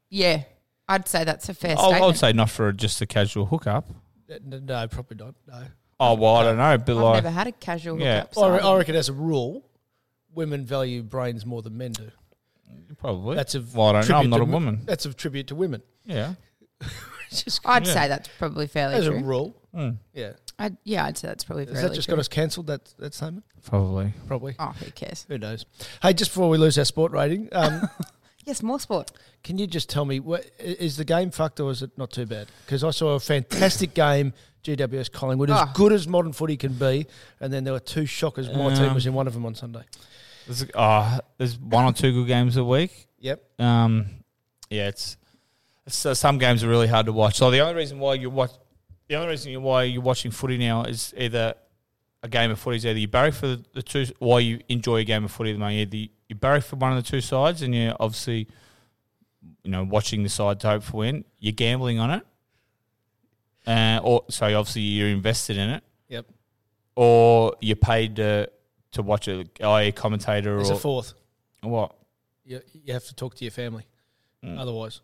Speaker 2: Yeah, I'd say that's a fair
Speaker 3: I'll, I'll
Speaker 2: statement.
Speaker 3: say not for just a casual hookup.
Speaker 1: Uh, n- No, probably not. No.
Speaker 3: Oh well, I don't know, but
Speaker 2: I've
Speaker 3: like
Speaker 2: never had a casual
Speaker 3: Yeah.
Speaker 2: hookup. so
Speaker 1: I, re-
Speaker 2: don't-
Speaker 1: I reckon as a rule, women value brains more than men do.
Speaker 3: probably
Speaker 1: That's a
Speaker 3: well, I don't know.
Speaker 1: tribute
Speaker 3: I'm not
Speaker 1: to
Speaker 3: a
Speaker 1: wo-
Speaker 3: woman.
Speaker 1: That's a tribute to women.
Speaker 3: Yeah.
Speaker 1: Just
Speaker 2: I'd
Speaker 3: Yeah.
Speaker 2: say that's probably fairly
Speaker 1: as a
Speaker 2: true.
Speaker 1: rule.
Speaker 3: Mm,
Speaker 1: Yeah.
Speaker 2: I'd, yeah, I'd say that's probably
Speaker 1: Has
Speaker 2: fairly
Speaker 1: that just
Speaker 2: true.
Speaker 1: got us cancelled, that, that statement?
Speaker 3: probably.
Speaker 1: Probably.
Speaker 2: oh, who cares?
Speaker 1: Who knows? Hey, just before we lose our sport rating, um,
Speaker 2: Yes, more sport.
Speaker 1: can you just tell me, what, i- is the game fucked or is it not too bad? Because I saw a fantastic game, GWS Collingwood, as
Speaker 2: Oh.
Speaker 1: good as modern footy can be. And then there were two shockers. My team was in one of them on Sunday.
Speaker 3: There's, oh, there's one or two good games a week.
Speaker 1: Yep.
Speaker 3: Um, yeah, it's, it's so some games are really hard to watch. So the only reason why you watch, the only reason you- why you're watching footy now is either a game of footy is either you barrack for the, the two, or you enjoy a game of footy at the moment. Either you, you barrack for one of the two sides, and you're obviously, you know, watching the side to hope for win. You're gambling on it, uh, or so obviously you're invested in it,
Speaker 1: Yep.
Speaker 3: or you're paid to to watch a, a commentator
Speaker 1: There's
Speaker 3: or
Speaker 1: a fourth.
Speaker 3: what.
Speaker 1: You, you have to talk to your family.
Speaker 3: Hmm.
Speaker 1: Otherwise,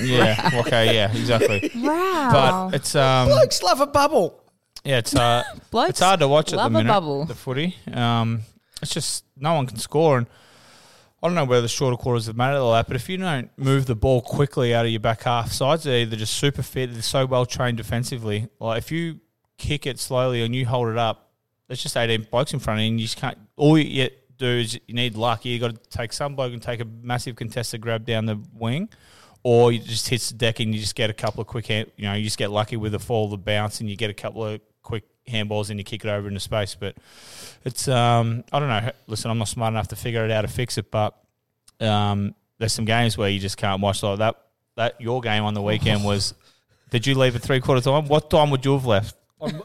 Speaker 3: Yeah. Okay. Yeah. Exactly.
Speaker 2: Wow.
Speaker 3: But it's um.
Speaker 1: blokes love a bubble.
Speaker 3: Yeah. It's uh.
Speaker 2: Blokes
Speaker 3: it's hard to watch at the
Speaker 2: love a
Speaker 3: minute.
Speaker 2: bubble.
Speaker 3: The footy. Um. It's just no one can score, and I don't know whether the shorter quarters have mattered or that. But if you don't move the ball quickly out of your back half, sides are either just super fit. They're so well trained defensively. Like if you kick it slowly and you hold it up, there's just 18 blokes in front of you, and you just can't. All you yet do is you need luck. You got to take some bloke and take a massive contested grab down the wing, or you just hits the deck and you just get a couple of quick, hand, you know, you just get lucky with the fall, the bounce, and you get a couple of quick handballs and you kick it over into space. But it's, um, I don't know. Listen, I'm not smart enough to figure it out to fix it, but um, there's some games where you just can't watch like that. That your game on the weekend was. Did you leave at three quarter time? What time would you have left?
Speaker 1: I'm,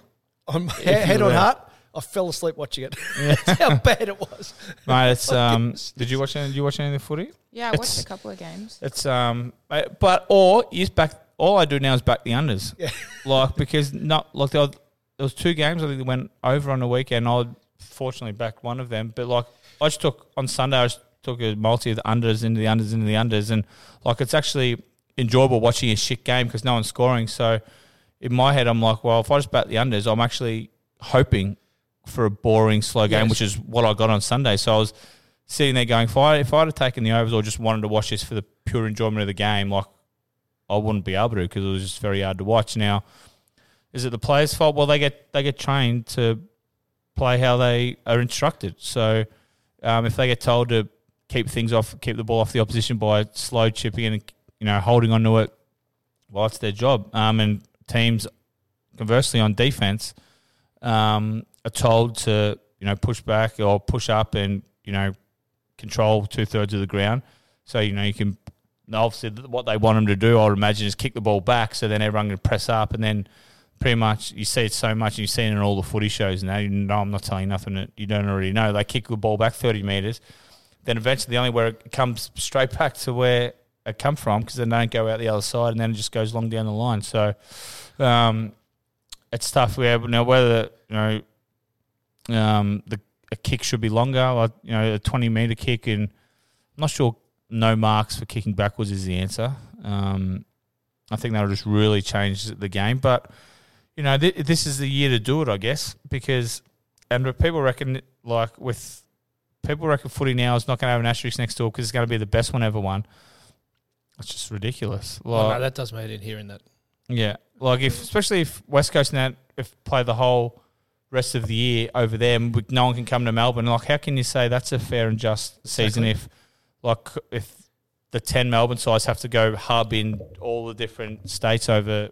Speaker 1: I'm he-
Speaker 3: you
Speaker 1: head
Speaker 3: were
Speaker 1: on
Speaker 3: there.
Speaker 1: heart. I fell asleep watching it. That's how bad it was.
Speaker 3: Mate, it's um.
Speaker 1: goodness.
Speaker 3: Did you watch any? Did you watch any of the footy?
Speaker 2: yeah, I
Speaker 3: it's-
Speaker 2: watched a couple of games.
Speaker 3: It's um, I- but or you just back. All I do now is back the unders.
Speaker 1: Yeah.
Speaker 3: like because not like there was, there was two games I think that went over on the weekend. I fortunately backed one of them, but like I just took on Sunday. I just took a multi of the unders into the unders into the unders, and like it's actually enjoyable watching a shit game because no one's scoring. So in my head, I'm like, well, if I just back the unders, I'm actually hoping for a boring slow game,
Speaker 1: Yes.
Speaker 3: which is what I got on Sunday. So I was sitting there going, if, I, if I'd have taken the overs or just wanted to watch this for the pure enjoyment of the game, like I wouldn't be able to because it was just very hard to watch. Now, is it the players' fault? Well, they get they get trained to play how they are instructed. So um, if they get told to keep things off, keep the ball off the opposition by slow chipping and you know holding onto it, well, it's their job. Um, and teams, conversely, on defense, um, are told to you know push back or push up and you know control two thirds of the ground. So you know you can obviously th- what they want them to do, I would imagine, is kick the ball back. So then everyone can press up, and then pretty much you see it so much, and you've seen it in all the footy shows now. You know, I'm not telling you nothing that you don't already know. They kick the ball back 30 meters, then eventually the only where it comes straight back to where it come from because they don't go out the other side, and then it just goes long down the line. So um, it's tough. We have now whether you know um, the a kick should be longer, like you know, a twenty meter kick, and I'm not sure no marks for kicking backwards is the answer. Um, I think that'll just really change the game, but you know, th- this is the year to do it, I guess, because and if people reckon like with people reckon footy now is not going to have an asterisk next to it because it's going to be the best one ever won. It's just ridiculous.
Speaker 1: Oh,
Speaker 3: Like,
Speaker 1: no, that does me in hearing that.
Speaker 3: yeah, like if especially if West Coast now if play the whole rest of the year over there, and we- no one can come to Melbourne. Like, how can you say that's a fair and just season if, like, if the ten Melbourne sides have to go hub in all the different states over,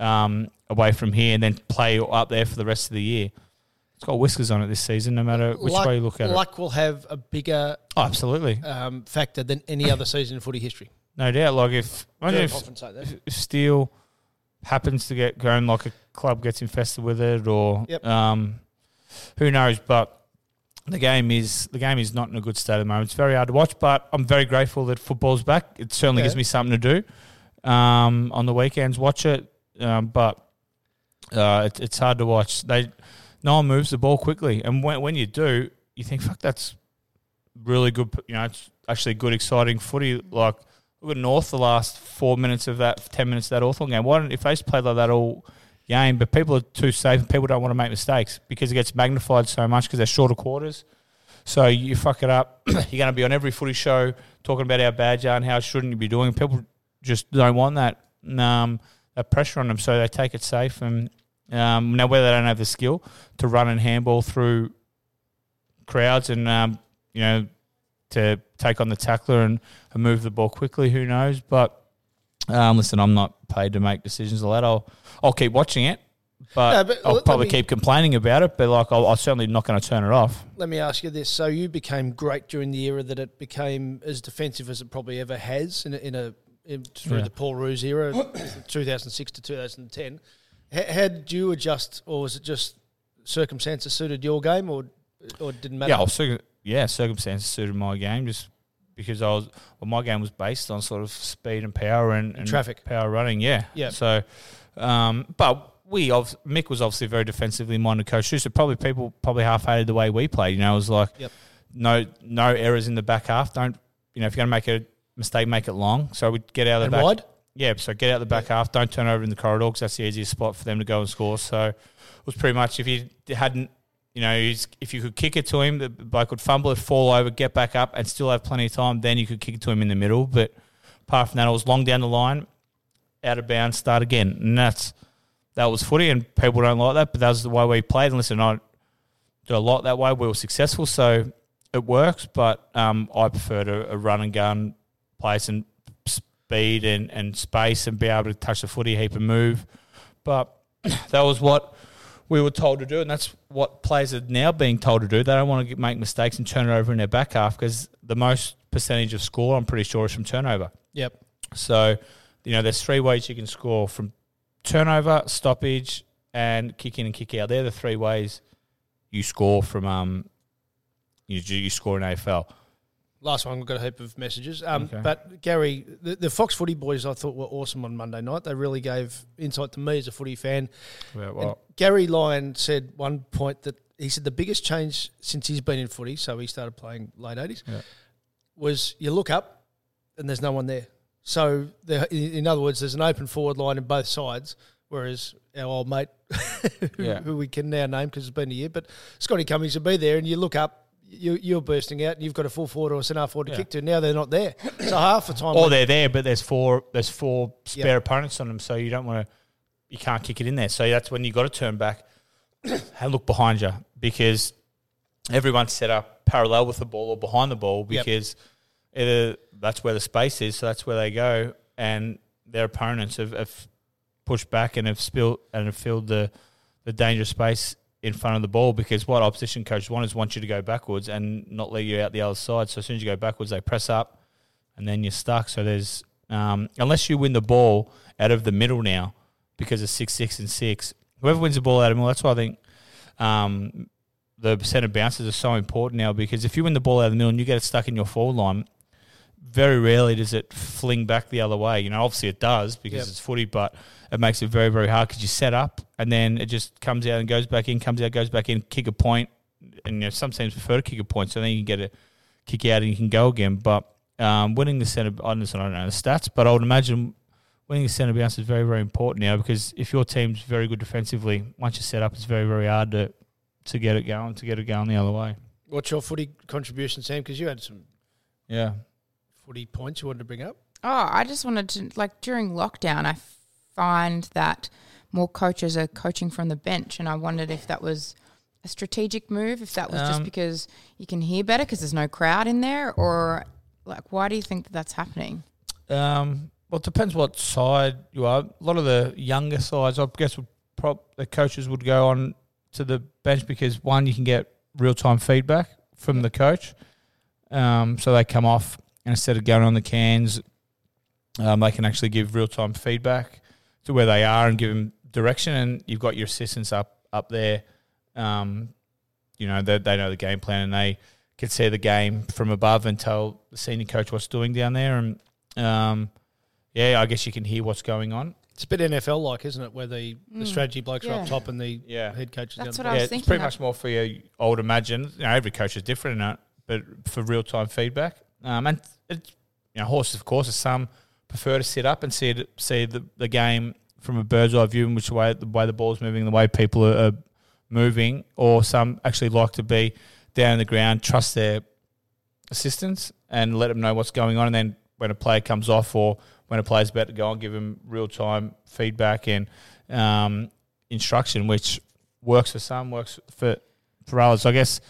Speaker 3: um, away from here, and then play up there for the rest of the year? It's got whiskers on it this season, no matter which
Speaker 1: luck,
Speaker 3: way you look at it.
Speaker 1: luck will have a bigger
Speaker 3: Oh, absolutely,
Speaker 1: um, factor than any other season in footy history.
Speaker 3: no doubt. Like, if imagine
Speaker 1: Yeah,
Speaker 3: if
Speaker 1: often say that.
Speaker 3: if Steele happens to get going, like a club gets infested with it, or
Speaker 1: Yep.
Speaker 3: um, who knows? But the game is the game is not in a good state at the moment. It's very hard to watch, but I'm very grateful that football's back. It certainly
Speaker 1: Yeah.
Speaker 3: gives me something to do um, on the weekends. Watch it, um, but uh, it, it's hard to watch. They no one moves the ball quickly, and when when you do, you think, "Fuck, that's really good." p- You know, it's actually good, exciting footy. Like look at North the last four minutes of that, ten minutes of that Hawthorn game. Why don't if they just played like that all game? But people are too safe, and people don't want to make mistakes because it gets magnified so much because they're shorter quarters. So you fuck it up. You're going to be on every footy show talking about how bad you are and how shouldn't you be doing. People just don't want that um, that pressure on them, so they take it safe. And um, now whether they don't have the skill to run and handball through crowds and um, you know to take on the tackler and, and move the ball quickly, who knows? But um, listen, I'm not paid to make decisions like that. I'll I'll keep watching it, but,
Speaker 1: No, but
Speaker 3: I'll
Speaker 1: let- let
Speaker 3: probably
Speaker 1: me-
Speaker 3: keep complaining about it. But like, I'll, I'm certainly not going to turn it off.
Speaker 1: Let me ask you this: So you became great during the era that it became as defensive as it probably ever has in a, in a in, through
Speaker 3: Yeah.
Speaker 1: the Paul Roos era, 2006 to 2010. H- how did you adjust, or was it just circumstances suited your game, or or it didn't matter?
Speaker 3: Yeah, I was circum- yeah, circumstances suited my game just because I was well, my game was based on sort of speed and power and, and
Speaker 1: traffic.
Speaker 3: power running. Yeah,
Speaker 1: Yeah.
Speaker 3: So, um, but we obv- Mick was obviously a very defensively minded coach too. So probably people probably half hated the way we played. You know, it was like
Speaker 1: Yep.
Speaker 3: no no errors in the back half. Don't you know if you're going to make a mistake, make it long. So we would get out of the
Speaker 1: And
Speaker 3: back.
Speaker 1: wide?
Speaker 3: Yeah, so get out the back half. Don't turn over in the corridor because that's the easiest spot for them to go and score. So it was pretty much if you hadn't, you know, he's- if you could kick it to him, the bloke would fumble it, fall over, get back up, and still have plenty of time. Then you could kick it to him in the middle. But apart from that, it was long down the line, out of bounds, start again, and that's that was footy, and people don't like that, but that was the way we played. And listen, I do a lot that way. We were successful, so it works. But um, I preferred a, a run and gun place and speed and, and space and be able to touch the footy heap and move. But that was what we were told to do, and that's what players are now being told to do. They don't want to make mistakes and turn it over in their back half because the most percentage of score, I'm pretty sure, is from turnover.
Speaker 1: Yep.
Speaker 3: So, you know, there's three ways you can score from turnover, stoppage, and kick in and kick out. They're the three ways you score from um you you score in AFL.
Speaker 1: Last one, we've got a heap of messages. Um,
Speaker 3: Okay.
Speaker 1: But Gary, the, the Fox Footy boys, I thought were awesome on Monday night. They really gave insight to me as a footy fan. And Gary Lyon said one point that he said the biggest change since he's been in footy, so he started playing late eighties,
Speaker 3: Yeah.
Speaker 1: was you look up and there's no one there. So there, in in other words, there's an open forward line in both sides. Whereas our old mate, who,
Speaker 3: Yeah.
Speaker 1: who we can now name because it's been a year, but Scotty Cummings will be there, and you look up, you, you're bursting out, and you've got a full forward or a centre half forward to
Speaker 3: Yeah.
Speaker 1: kick to. Now they're not there, so half the time,
Speaker 3: or Oh, they're there, but there's four there's four spare
Speaker 1: Yeah.
Speaker 3: opponents on them, so you don't want to you can't kick it in there. So that's when you got to turn back and look behind you because everyone's set up parallel with the ball or behind the ball
Speaker 1: Yep.
Speaker 3: because either that's where the space is, so that's where they go, and their opponents have, have pushed back and have spilled and have filled the the dangerous space in front of the ball because what opposition coaches want is want you to go backwards and not let you out the other side. So as soon as you go backwards, they press up and then you're stuck. So there's um, unless you win the ball out of the middle now because it's six, six, and six. Whoever wins the ball out of the middle, that's why I think um, the percent of bounces are so important now because if you win the ball out of the middle and you get it stuck in your forward line, very rarely does it fling back the other way. You know, obviously it does because
Speaker 1: Yep.
Speaker 3: it's footy, but it makes it very, very hard because you set up and then it just comes out and goes back in, comes out, goes back in, kick a point, and you know, some teams prefer to kick a point, so then you can get a kick out and you can go again. But um, winning the centre, I don't I don't know the stats, but I would imagine winning the centre bounce is very, very important now because if your team's very good defensively, once you set up, it's very, very hard to to get it going, to get it going the other way.
Speaker 1: what's your footy contribution, Sam? Because you had some
Speaker 3: Yeah.
Speaker 1: footy points you wanted to bring up.
Speaker 2: Oh, I just wanted to like during lockdown, I find that more coaches are coaching from the bench, and I wondered if that was a strategic move, if that was just
Speaker 3: Um,
Speaker 2: because you can hear better because there's no crowd in there, or like why do you think that that's happening?
Speaker 3: Um, well, it depends what side you are. A lot of the younger sides, I guess, would prop the coaches would go on to the bench because one, you can get real time feedback from the coach, um, so they come off and instead of going on the cans, um, they can actually give real time feedback to where they are and give them direction. And you've got your assistants up up there. Um, you know they, they know the game plan and they can see the game from above and tell the senior coach what's doing down there. And um, yeah, I guess you can hear what's going on.
Speaker 1: It's a bit NFL like, isn't it? Where the, the strategy blokes are
Speaker 2: Mm. Yeah.
Speaker 1: up top and the
Speaker 3: Yeah.
Speaker 1: head coach is
Speaker 2: That's
Speaker 1: down
Speaker 2: what I
Speaker 1: the
Speaker 2: was
Speaker 3: yeah, it's
Speaker 2: thinking
Speaker 3: pretty
Speaker 2: that-
Speaker 3: much more for you. I would imagine. You know, every coach is different in it, but for real time feedback, um, and it's you know, horses of course, some prefer to sit up and see it, see the, the game from a bird's eye view, and which way the way the ball's moving, the way people are, are moving, or some actually like to be down on the ground, trust their assistants, and let them know what's going on, and then when a player comes off or when a player's about to go on, give them real time feedback and um, instruction, which works for some, works for for others. I guess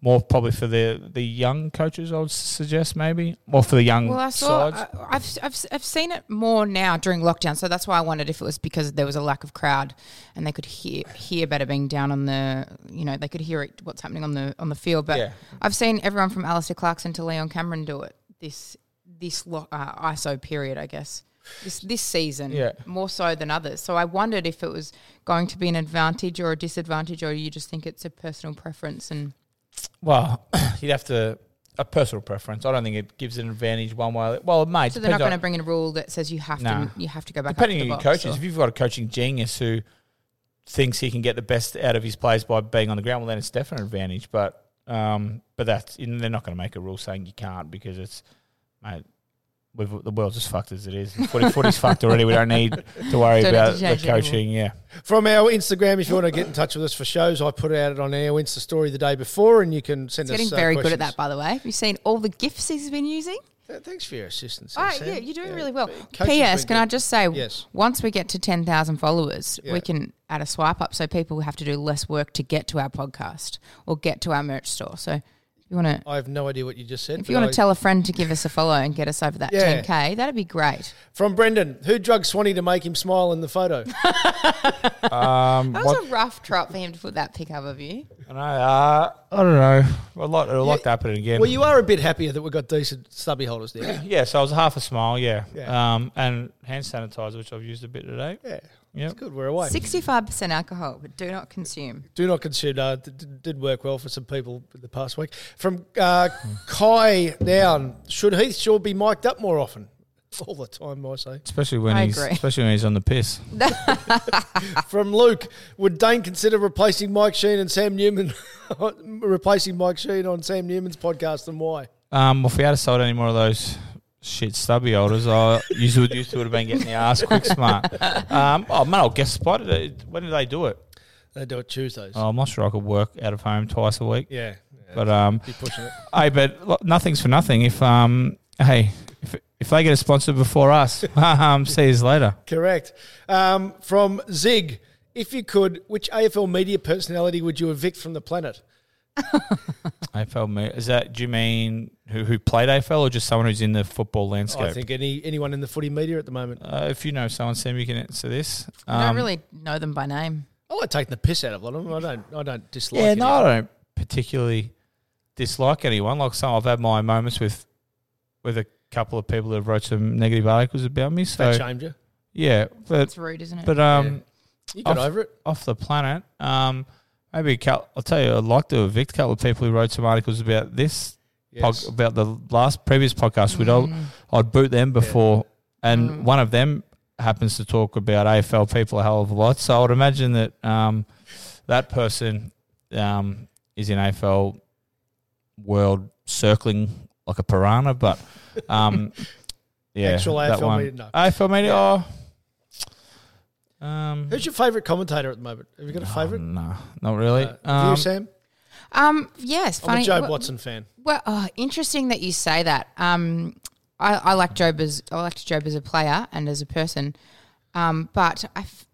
Speaker 3: more probably for the the young coaches. I would suggest maybe more for the young
Speaker 2: Well, I saw. uh,
Speaker 3: sides.
Speaker 2: I, I've, I've I've seen it more now during lockdown, so that's why I wondered if it was because there was a lack of crowd and they could hear hear better being down on the you know they could hear it, what's happening on the on the field. But
Speaker 3: Yeah.
Speaker 2: I've seen everyone from Alistair Clarkson to Leon Cameron do it this this lo- uh, ISO period, I guess. This this season,
Speaker 3: Yeah.
Speaker 2: more so than others. So I wondered if it was going to be an advantage or a disadvantage, or you just think it's a personal preference and
Speaker 3: well, you'd have to a personal preference. I don't think it gives an advantage one way. or- Well, it may.
Speaker 2: so they're not
Speaker 3: depends on-
Speaker 2: going to bring in a rule that says you have
Speaker 3: Nah.
Speaker 2: to you have to go back. up
Speaker 3: Depending
Speaker 2: to
Speaker 3: on
Speaker 2: the
Speaker 3: your
Speaker 2: box
Speaker 3: coaches,
Speaker 2: or-
Speaker 3: if you've got a coaching genius who thinks he can get the best out of his players by being on the ground, well, then it's definitely an advantage. But um, but that's and they're not going to make a rule saying you can't because it's mate. We've, the world's as fucked as it is. Footy, footy's fucked already. We don't need to worry
Speaker 2: Don't need to
Speaker 3: about the
Speaker 2: change anymore.
Speaker 3: coaching. Yeah,
Speaker 1: From our Instagram, if you want to get in touch with us for shows, I put out it on our Insta story the day before, and you can send
Speaker 2: He's
Speaker 1: us.
Speaker 2: getting
Speaker 1: uh,
Speaker 2: very good at
Speaker 1: questions.
Speaker 2: that, by the way. Have you seen all the gifts he's been using?
Speaker 1: Th- Thanks for your assistance.
Speaker 2: Oh,
Speaker 1: Sam.
Speaker 2: yeah, you're doing
Speaker 1: Yeah,
Speaker 2: really well.
Speaker 1: but coaching's been
Speaker 2: P.S. Can I
Speaker 1: good.
Speaker 2: just say,
Speaker 1: Yes.
Speaker 2: once we get to 10,000 followers,
Speaker 1: Yeah.
Speaker 2: we can add a swipe up so people have to do less work to get to our podcast or get to our merch store. So if you want to.
Speaker 1: I have no idea what you just said.
Speaker 2: If you
Speaker 1: but
Speaker 2: want
Speaker 1: I-
Speaker 2: to tell a friend to give us a follow and get us over that
Speaker 1: Yeah.
Speaker 2: 10k, that'd be great.
Speaker 1: From Brendan, who drugged Swanee to make him smile in the photo?
Speaker 3: um,
Speaker 2: That was a rough trot for him to put that pic up of you.
Speaker 3: I, know, uh, I don't know. I'd like, I'd like to happen again.
Speaker 1: well, you are a bit happier that we've got decent stubby holders there.
Speaker 3: yeah, so I was half a smile, yeah.
Speaker 1: Yeah.
Speaker 3: Um, and hand sanitizer, which I've used a bit today.
Speaker 1: yeah,
Speaker 3: Yep.
Speaker 1: it's good. We're away.
Speaker 2: 65% alcohol, but do not consume.
Speaker 1: Do not consume. Uh, d- d- did work well for some people in the past week. From uh, Kai down, should Heath Shaw be mic'd up more often? All the time, I say.
Speaker 3: Especially when
Speaker 2: I
Speaker 3: he's
Speaker 2: agree.
Speaker 3: especially when he's on the piss.
Speaker 1: From Luke, would Dane consider replacing Mike Sheen and Sam Newman, replacing Mike Sheen on Sam Newman's podcast, and why?
Speaker 3: Um, if we had sold any more of those shit stubby holders, I usually would used to would have been getting the ass quick smart. Um, oh man, I'll guess spot. it. When did they do it?
Speaker 1: They do it Tuesdays.
Speaker 3: Oh, I'm not sure I could work out of home twice a week.
Speaker 1: Yeah,
Speaker 3: But um,
Speaker 1: be pushing it.
Speaker 3: hey, but look, nothing's for nothing. If um, hey, if, if they get a sponsor before us, um, see you later.
Speaker 1: Correct. Um, from Zig, if you could, which AFL media personality would you evict from the planet?
Speaker 3: AFL mo- is that? Do you mean who who played AFL or just someone who's in the football landscape?
Speaker 1: I think any anyone in the footy media at the moment.
Speaker 3: Oh, uh, if you know someone, Sam, you can answer this.
Speaker 2: I don't
Speaker 3: Um,
Speaker 2: really know them by name.
Speaker 1: I like taking the piss out of a lot of them. I don't. I don't dislike.
Speaker 3: Yeah,
Speaker 1: any
Speaker 3: no,
Speaker 1: of
Speaker 3: I
Speaker 1: them.
Speaker 3: don't particularly dislike anyone. Like some, I've had my moments with with a couple of people that have wrote some negative articles about me.
Speaker 1: That
Speaker 3: So
Speaker 1: changed you.
Speaker 3: yeah, but
Speaker 2: It's rude, isn't it?
Speaker 3: but um,
Speaker 1: You got
Speaker 3: I've-
Speaker 1: over it.
Speaker 3: off the planet, um, maybe a couple, I'll tell you, I'd like to evict a couple of people who wrote some articles about this pod,
Speaker 1: Yes. Mm.
Speaker 3: about the last previous podcast. We'd all, I'd boot them before, and one of them happens to talk about AFL people a hell of a lot. So I would imagine that um, that person um, is in AFL world circling like a piranha, but um, yeah,
Speaker 1: Actual
Speaker 3: that
Speaker 1: AFL
Speaker 3: one.
Speaker 1: media, no.
Speaker 3: AFL media. oh, um,
Speaker 1: Who's your favourite commentator at the moment? Have you got a favourite?
Speaker 3: no, not really.
Speaker 1: Uh, you,
Speaker 3: um,
Speaker 1: Sam?
Speaker 2: um, yes,
Speaker 1: I'm
Speaker 2: funny.
Speaker 1: a Joe
Speaker 2: wh-
Speaker 1: Watson fan.
Speaker 2: Well, oh, interesting that you say that. Um, I, I like Job as I liked Job as a player and as a person, um, but I f-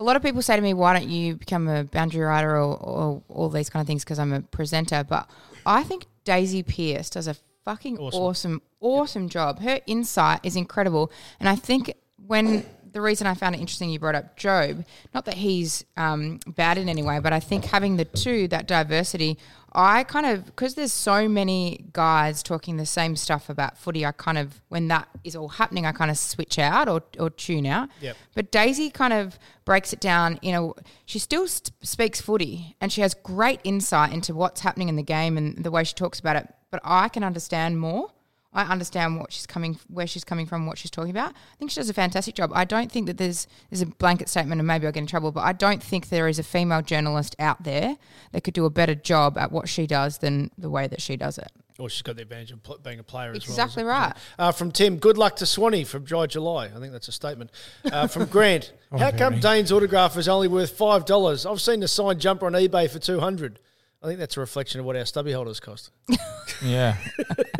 Speaker 2: a lot of people say to me, "Why don't you become a boundary rider or, or all these kind of things?" Because I'm a presenter, but I think Daisy Pierce does a fucking awesome, awesome, awesome job. Her insight is incredible, and I think when the reason I found it interesting you brought up Job, not that he's um, bad in any way, but I think having the two, that diversity, I kind of, because there's so many guys talking the same stuff about footy, I kind of, when that is all happening, I kind of switch out or, or tune out.
Speaker 1: Yep.
Speaker 2: But Daisy kind of breaks it down. You know, she still st- speaks footy and she has great insight into what's happening in the game and the way she talks about it. But I can understand more. I understand what she's coming, where she's coming from, what she's talking about. I think she does a fantastic job. I don't think that there's there's a blanket statement, and maybe I'll get in trouble, but I don't think there is a female journalist out there that could do a better job at what she does than the way that she does it.
Speaker 1: Or Oh, she's got the advantage of pl- being a player as
Speaker 2: Exactly
Speaker 1: well. isn't
Speaker 2: right.
Speaker 1: it? Uh, from Tim, good luck to Swanee from Dry July. I think that's a statement. Uh, from Grant,
Speaker 3: Oh,
Speaker 1: how come Dane's autograph is only worth five dollars? I've seen the signed jumper on eBay for two hundred. I think that's a reflection of what our stubby holders cost.
Speaker 3: Yeah.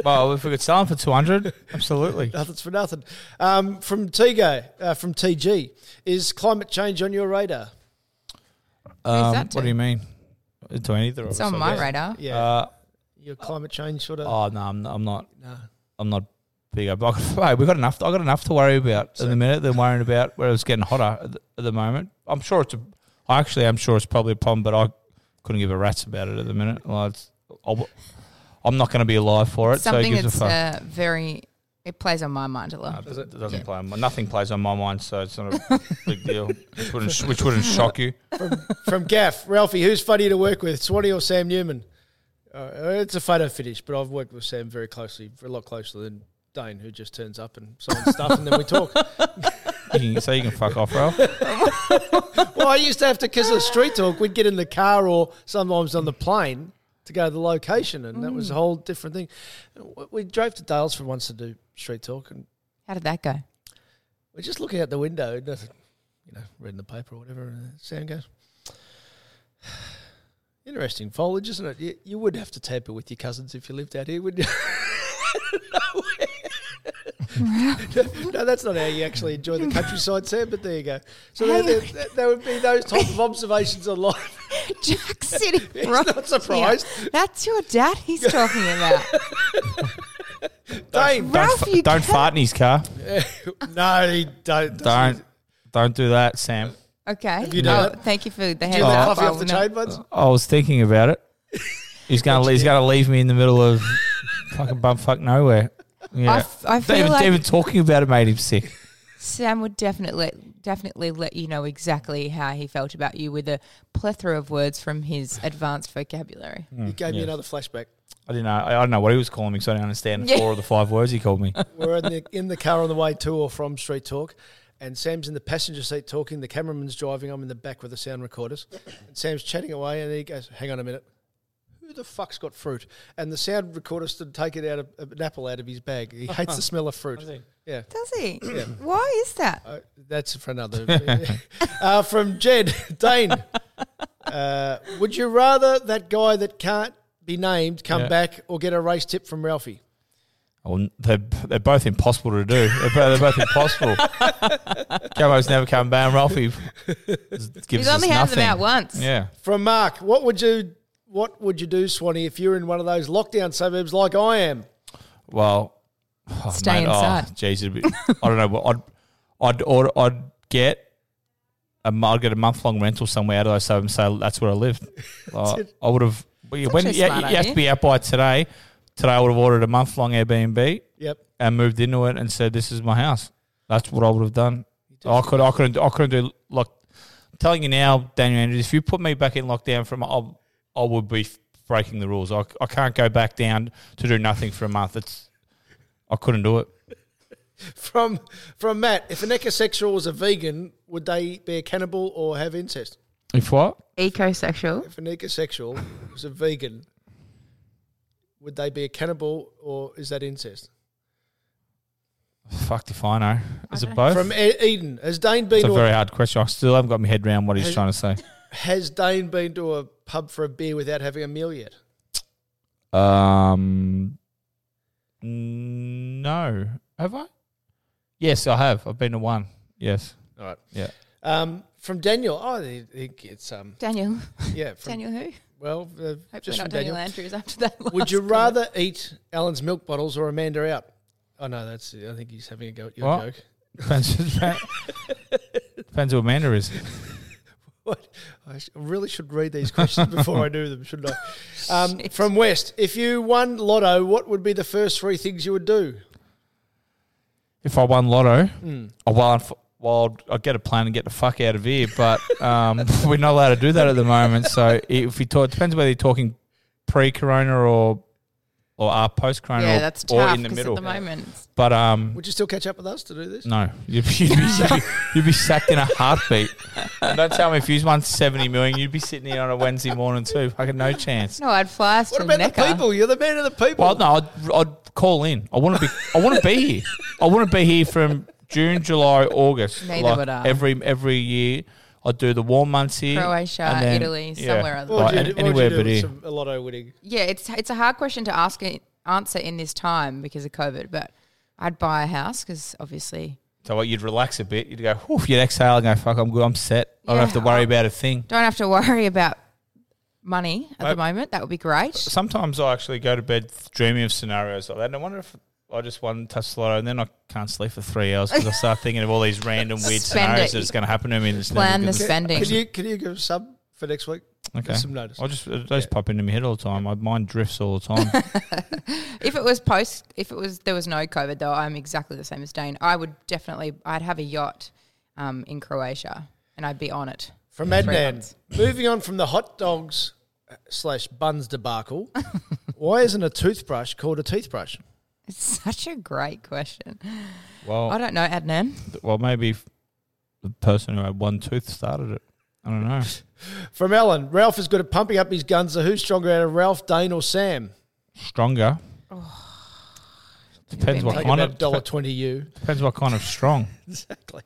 Speaker 3: well, if we could sell them for 200, absolutely.
Speaker 1: Nothing's for nothing. Um, from Tego, uh, from TG, is climate change on your radar?
Speaker 3: Um,
Speaker 2: that
Speaker 3: what
Speaker 2: to?
Speaker 3: do you mean? To either of
Speaker 2: It's
Speaker 3: us,
Speaker 2: on
Speaker 3: I
Speaker 2: my
Speaker 3: guess.
Speaker 2: radar.
Speaker 1: Yeah,
Speaker 3: Uh,
Speaker 1: your climate change sort of.
Speaker 3: oh no, I'm, I'm not. I'm not big. up. Hey, we've got enough. I got enough to worry about in the minute than worrying about where it's getting hotter at the, at the moment. I'm sure it's. A, I actually am sure it's probably a problem, but I couldn't give a rat's about it at the minute. Well, it's, I'll, I'm not going to be alive for it. so
Speaker 2: Something
Speaker 3: it gives
Speaker 2: that's
Speaker 3: a fuck.
Speaker 2: uh, very, it plays on my mind a lot.
Speaker 3: No, it doesn't, it doesn't play on my, nothing plays on my mind, so it's not a big deal. Which wouldn't, sh- which wouldn't shock you.
Speaker 1: From Gaff, Ralphie, who's funnier to work with, Swanee or Sam Newman? Uh, it's a photo finish, but I've worked with Sam very closely, a lot closer than Dane, who just turns up and signs stuff, and then we talk.
Speaker 3: You can, so you can fuck off, Ralph.
Speaker 1: Well, I used to have to because of street talk, we'd get in the car or sometimes on the plane to go to the location, and that was a whole different thing. W- We drove to Dales for once to do street talk, and
Speaker 2: How did that go?
Speaker 1: we're just looking out the window, and, nothing- you know, reading the paper or whatever. And Sam goes, "Interesting foliage, isn't it? You, you would have to tamper with your cousins if you lived out here, wouldn't you?" no, no, that's not how you actually enjoy the countryside, Sam. But there you go. So there, there, there, there would be those type of observations on life.
Speaker 2: Jack City.
Speaker 1: He's
Speaker 2: right
Speaker 1: not surprised.
Speaker 2: here. That's your dad he's talking about.
Speaker 1: Dane,
Speaker 3: Don't,
Speaker 2: Ralph,
Speaker 3: fa-
Speaker 2: you
Speaker 3: don't fart in his car.
Speaker 1: no, he don't.
Speaker 3: Don't don't do that, Sam.
Speaker 2: Okay. Oh,
Speaker 1: you done it?
Speaker 2: thank you for the heads
Speaker 1: Do the
Speaker 2: up.
Speaker 1: coffee
Speaker 2: I
Speaker 1: off the
Speaker 2: will not-
Speaker 1: chain ones.
Speaker 3: I was thinking about it. He's gonna he's gonna leave me in the middle of fucking bumfuck nowhere.
Speaker 2: I
Speaker 3: Yeah,
Speaker 2: f- I feel
Speaker 3: even,
Speaker 2: like-
Speaker 3: even talking about it made him sick.
Speaker 2: Sam would definitely definitely let you know exactly how he felt about you with a plethora of words from his advanced vocabulary.
Speaker 1: You gave me another flashback.
Speaker 3: I didn't know. I, I don't know what he was calling me because I didn't understand
Speaker 2: Yeah.
Speaker 3: four of the five words he called me.
Speaker 1: We're in the in the car on the way to or from Street Talk, and Sam's in the passenger seat talking. The cameraman's driving. I'm in the back with the sound recorders, and Sam's chatting away. And he goes, "Hang on a minute, who the fuck's got fruit?" And the sound recorder stood to take it out of an apple out of his bag. He hates the smell of fruit. Yeah.
Speaker 2: Does he? Why is that?
Speaker 1: Uh, that's for another. uh, from Jed Dane. Uh, would you rather that guy that can't be named come
Speaker 3: Yeah.
Speaker 1: back or get a race tip from Ralphie?
Speaker 3: Well, Oh, n- they're, they're both impossible to do. They're, bo- they're both impossible. Jabo's never come back. Ralphie gives
Speaker 2: He's
Speaker 3: us
Speaker 2: only had
Speaker 3: nothing.
Speaker 2: them out once.
Speaker 3: Yeah.
Speaker 1: From Mark, what would you what would you do, Swanee, if you're in one of those lockdown suburbs like I am?
Speaker 3: Well, oh,
Speaker 2: Stay
Speaker 3: mate,
Speaker 2: inside.
Speaker 3: Oh, geez, it'd be, I don't know. What I'd I'd order, I'd get a mo- I'd get a month long rental somewhere out of those suburbs. So that's where I lived. Uh, I would have. Well, yeah, when,
Speaker 2: actually a
Speaker 3: yeah,
Speaker 2: smart
Speaker 3: you, you have
Speaker 2: idea.
Speaker 3: to be out by today. Today I would have ordered a month long Airbnb
Speaker 1: Yep.
Speaker 3: and moved into it and said, "This is my house." That's what I would have done. I could, I couldn't, I couldn't do like telling you now, Daniel Andrews. If you put me back in lockdown from, I, I would be f- breaking the rules. I, I can't go back down to do nothing for a month. It's, I couldn't do it.
Speaker 1: From from Matt, if an ecosexual was a vegan, would they be a cannibal or have incest?
Speaker 3: If what?
Speaker 2: Ecosexual.
Speaker 1: If an ecosexual was a vegan, would they be a cannibal or is that incest?
Speaker 3: Fuck if I know. Is it both?
Speaker 1: From E- Eden, has Dane been
Speaker 3: it's a
Speaker 1: to a
Speaker 3: very hard question. I still haven't got my head around what he's trying to say.
Speaker 1: Has Dane been to a pub for a beer without having a meal yet?
Speaker 3: Um, no, have I? Yes, I have. I've been to one. Yes.
Speaker 1: All right.
Speaker 3: Yeah.
Speaker 1: Um, from Daniel. Oh, he, he gets um.
Speaker 2: Daniel.
Speaker 1: Yeah. From,
Speaker 2: Daniel who?
Speaker 1: Well, uh,
Speaker 2: Hopefully
Speaker 1: just
Speaker 2: not
Speaker 1: from
Speaker 2: Daniel
Speaker 1: Daniel.
Speaker 2: Andrews after that.
Speaker 1: Would
Speaker 2: last
Speaker 1: you
Speaker 2: comment.
Speaker 1: rather eat Alan's milk bottles or Amanda out? Oh no, that's. I think he's having a go at your
Speaker 3: What?
Speaker 1: joke.
Speaker 3: Depends, Depends who Amanda is.
Speaker 1: What? I sh- I really should read these questions before I do them, shouldn't
Speaker 3: Oh,
Speaker 1: I? Um, from West, if you won Lotto, what would be the first three things you would do?
Speaker 3: If I won Lotto, I wild, wild, I'd get a plane and get the fuck out of here. But um, we're not allowed to do that at the moment. So if we talk, depends whether you're talking pre-corona or or uh, post-corona
Speaker 2: yeah,
Speaker 3: or,
Speaker 2: that's
Speaker 3: or
Speaker 2: tough
Speaker 3: in the
Speaker 2: 'cause
Speaker 3: middle.
Speaker 2: at the moment.
Speaker 3: But um,
Speaker 1: Would you still catch up with us to do this?
Speaker 3: no, you'd be, you'd, be, you'd, be, you'd be sacked in a heartbeat. And don't tell me if you won seventy million, you'd be sitting here on a Wednesday morning too. Fucking no chance.
Speaker 2: No, I'd fly us
Speaker 1: What
Speaker 2: to
Speaker 1: about the
Speaker 2: Necker.
Speaker 1: people? You're the man of the people.
Speaker 3: Well, no, I'd, I'd call in. I want to be. I want to be here. I want to be here from June, July, August.
Speaker 2: Neither would I.
Speaker 3: Every every year, I do the warm months here.
Speaker 2: Croatia,
Speaker 3: and then-
Speaker 2: Italy,
Speaker 3: yeah.
Speaker 2: somewhere other
Speaker 1: What would
Speaker 3: Like,
Speaker 1: you
Speaker 3: an-
Speaker 1: do- what would
Speaker 3: anywhere
Speaker 1: you do
Speaker 3: but
Speaker 1: with
Speaker 3: here.
Speaker 1: some- a Lotto winning.
Speaker 2: Yeah, it's it's a hard question to ask it, answer in this time because of COVID. But I'd buy a house because obviously
Speaker 3: so what, you'd relax a bit. You'd go. Whew, you'd exhale and go. Fuck, I'm good. I'm set. I don't
Speaker 2: Yeah.
Speaker 3: have to worry about a thing.
Speaker 2: don't have to worry about money at
Speaker 3: Nope.
Speaker 2: the moment. That would be great.
Speaker 3: Sometimes I actually go to bed dreaming of scenarios like that, and I wonder if. I just won touch the lotto and then I can't sleep for three hours because I start thinking of all these random weird
Speaker 2: Spend
Speaker 3: scenarios
Speaker 2: it.
Speaker 3: that's going to happen to me. and it's never
Speaker 2: Plan
Speaker 3: good
Speaker 2: the
Speaker 3: to-
Speaker 2: spending.
Speaker 1: Can you can you give us some for next week?
Speaker 3: Okay.
Speaker 1: Some notice.
Speaker 3: I just uh, those pop into my head all the time. My mind drifts all the time.
Speaker 2: if it was post, if it was there was no COVID though, I'm exactly the same as Dane. I would definitely, I'd have a yacht um, in Croatia and I'd be on it.
Speaker 1: From
Speaker 2: Three
Speaker 1: Adnan.
Speaker 2: months.
Speaker 1: Moving on from the hot dogs uh, slash buns debacle, why isn't a toothbrush called a toothbrush?
Speaker 2: It's such a great question. I
Speaker 3: well,
Speaker 2: don't know, Adnan.
Speaker 3: well, maybe if the person who had one tooth started it. I don't know.
Speaker 1: From Ellen, Ralph is good at pumping up his guns. So who's stronger out of Ralph, Dane, or Sam?
Speaker 3: Stronger.
Speaker 2: Oh.
Speaker 3: Depends what
Speaker 1: Take
Speaker 3: kind
Speaker 1: about
Speaker 3: of
Speaker 1: dollar twenty you
Speaker 3: depends what kind of strong.
Speaker 1: exactly.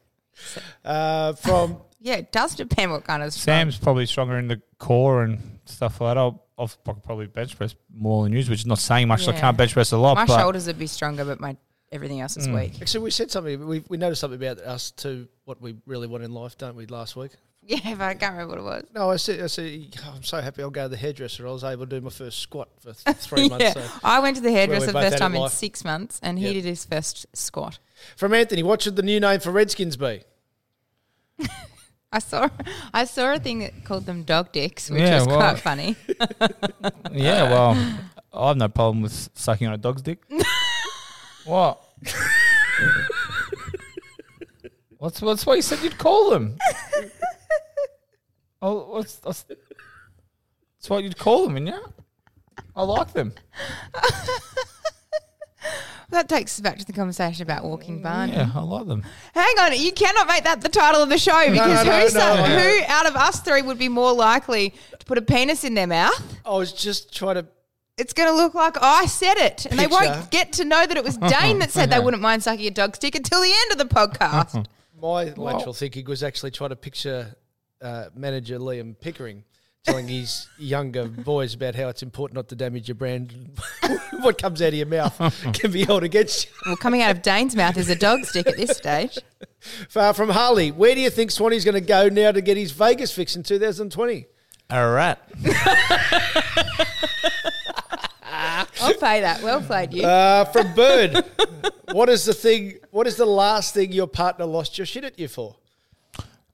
Speaker 1: Uh, from
Speaker 2: Yeah, it does depend what kind of
Speaker 3: Sam's probably stronger in the core and stuff like that. I'll, I'll probably bench press more than usual, which is not saying much. so I
Speaker 2: Yeah.
Speaker 3: can't bench press a lot.
Speaker 2: My
Speaker 3: but
Speaker 2: shoulders would be stronger, but my everything else is weak.
Speaker 1: actually, we said something. We we noticed something about us to what we really want in life, don't we? Last week.
Speaker 2: Yeah, but I can't remember what it was.
Speaker 1: No, I said, I said, "Oh, I'm so happy I'll go to the hairdresser. I was able to do my first squat for th- three months. So.
Speaker 2: I went to the hairdresser
Speaker 1: both
Speaker 2: the first
Speaker 1: had it
Speaker 2: time in
Speaker 1: live.
Speaker 2: six months, and
Speaker 1: Yep.
Speaker 2: he did his first squat.
Speaker 1: From Anthony, what should the new name for Redskins be?
Speaker 2: I saw, I saw a thing that called them dog dicks, which
Speaker 3: Yeah,
Speaker 2: was
Speaker 3: well-
Speaker 2: quite funny.
Speaker 3: yeah, well, I have no problem with sucking on a dog's dick. what? what's what's what you said you'd call them? oh, what's that's, that's what you'd call them, and yeah, I like them.
Speaker 2: that takes us back to the conversation about
Speaker 1: Mm.
Speaker 2: walking barn.
Speaker 3: Yeah, I like them.
Speaker 2: Hang on, you cannot make that the title of the show because
Speaker 1: no,
Speaker 2: who's
Speaker 1: no,
Speaker 2: up-
Speaker 1: no.
Speaker 2: who out of us three would be more likely to put a penis in their mouth?
Speaker 1: I was just trying to.
Speaker 2: It's going to look like I said it, and they
Speaker 1: Picture.
Speaker 2: won't get to know that it was Dane that said they wouldn't mind sucking a dog's dick until the end of the podcast.
Speaker 1: My lateral thinking was actually trying to picture uh, manager Liam Pickering telling his younger boys about how it's important not to damage your brand. what comes out of your mouth can be held against you.
Speaker 2: well, coming out of Dane's mouth is a dog's dick at this stage.
Speaker 1: Far from Harley, where do you think Swanee's going to go now to get his Vegas fix in 2020?
Speaker 3: All right.
Speaker 2: I'll pay that. Well played, you.
Speaker 1: Uh, from Bird, what is the thing? What is the last thing your partner lost your shit at you for?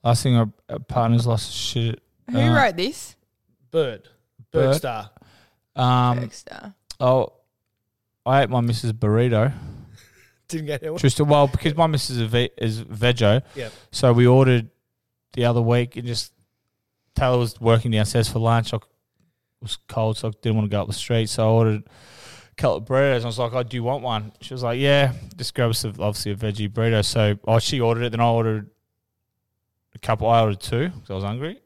Speaker 3: Last thing, our, our partners lost his shit.
Speaker 2: Who
Speaker 3: Uh,
Speaker 2: wrote this?
Speaker 1: Bird, Bird,
Speaker 3: Bird.
Speaker 1: star.
Speaker 3: Um, oh, I ate my missus burrito.
Speaker 1: Didn't go down.
Speaker 3: Just a well because my missus is a ve- is veggie.
Speaker 1: Yeah.
Speaker 3: So we ordered the other week and just Taylor was working downstairs for lunch. I c- was cold, so I didn't want to go up the street. So I ordered a couple of burritos. And I was like, "Oh, do you want one?" She was like, "Yeah." Just grab us a, obviously a veggie burrito. So oh, she ordered it. Then I ordered a couple. I ordered two because I was hungry.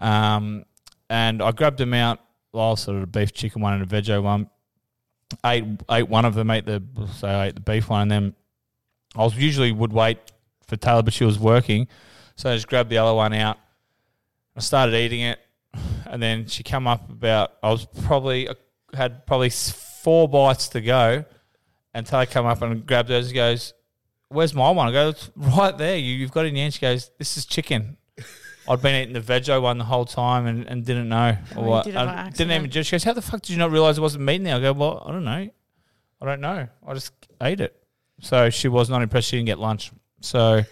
Speaker 3: Um, and I grabbed them out. I ordered a beef chicken one and a veggie one. Ate ate one of them. Ate the so I ate the beef one, and then I was usually would wait for Taylor, but she was working, so I just grabbed the other one out. I started eating it, and then she come up about I was probably I had probably s- four bites to go, and Taylor come up and grabbed those and goes, "Where's my one?" I go, "It's right there. You, you've got it in your hand." She goes, "This is chicken." I'd been eating the veggie one the whole time and, and didn't know. Or what.
Speaker 2: Oh, did it by
Speaker 3: I didn't even just. She goes, "How the fuck did you not realize it wasn't meat in there?" I go, "Well, I don't know. I don't know. I just ate it." So she was not impressed. She didn't get lunch. So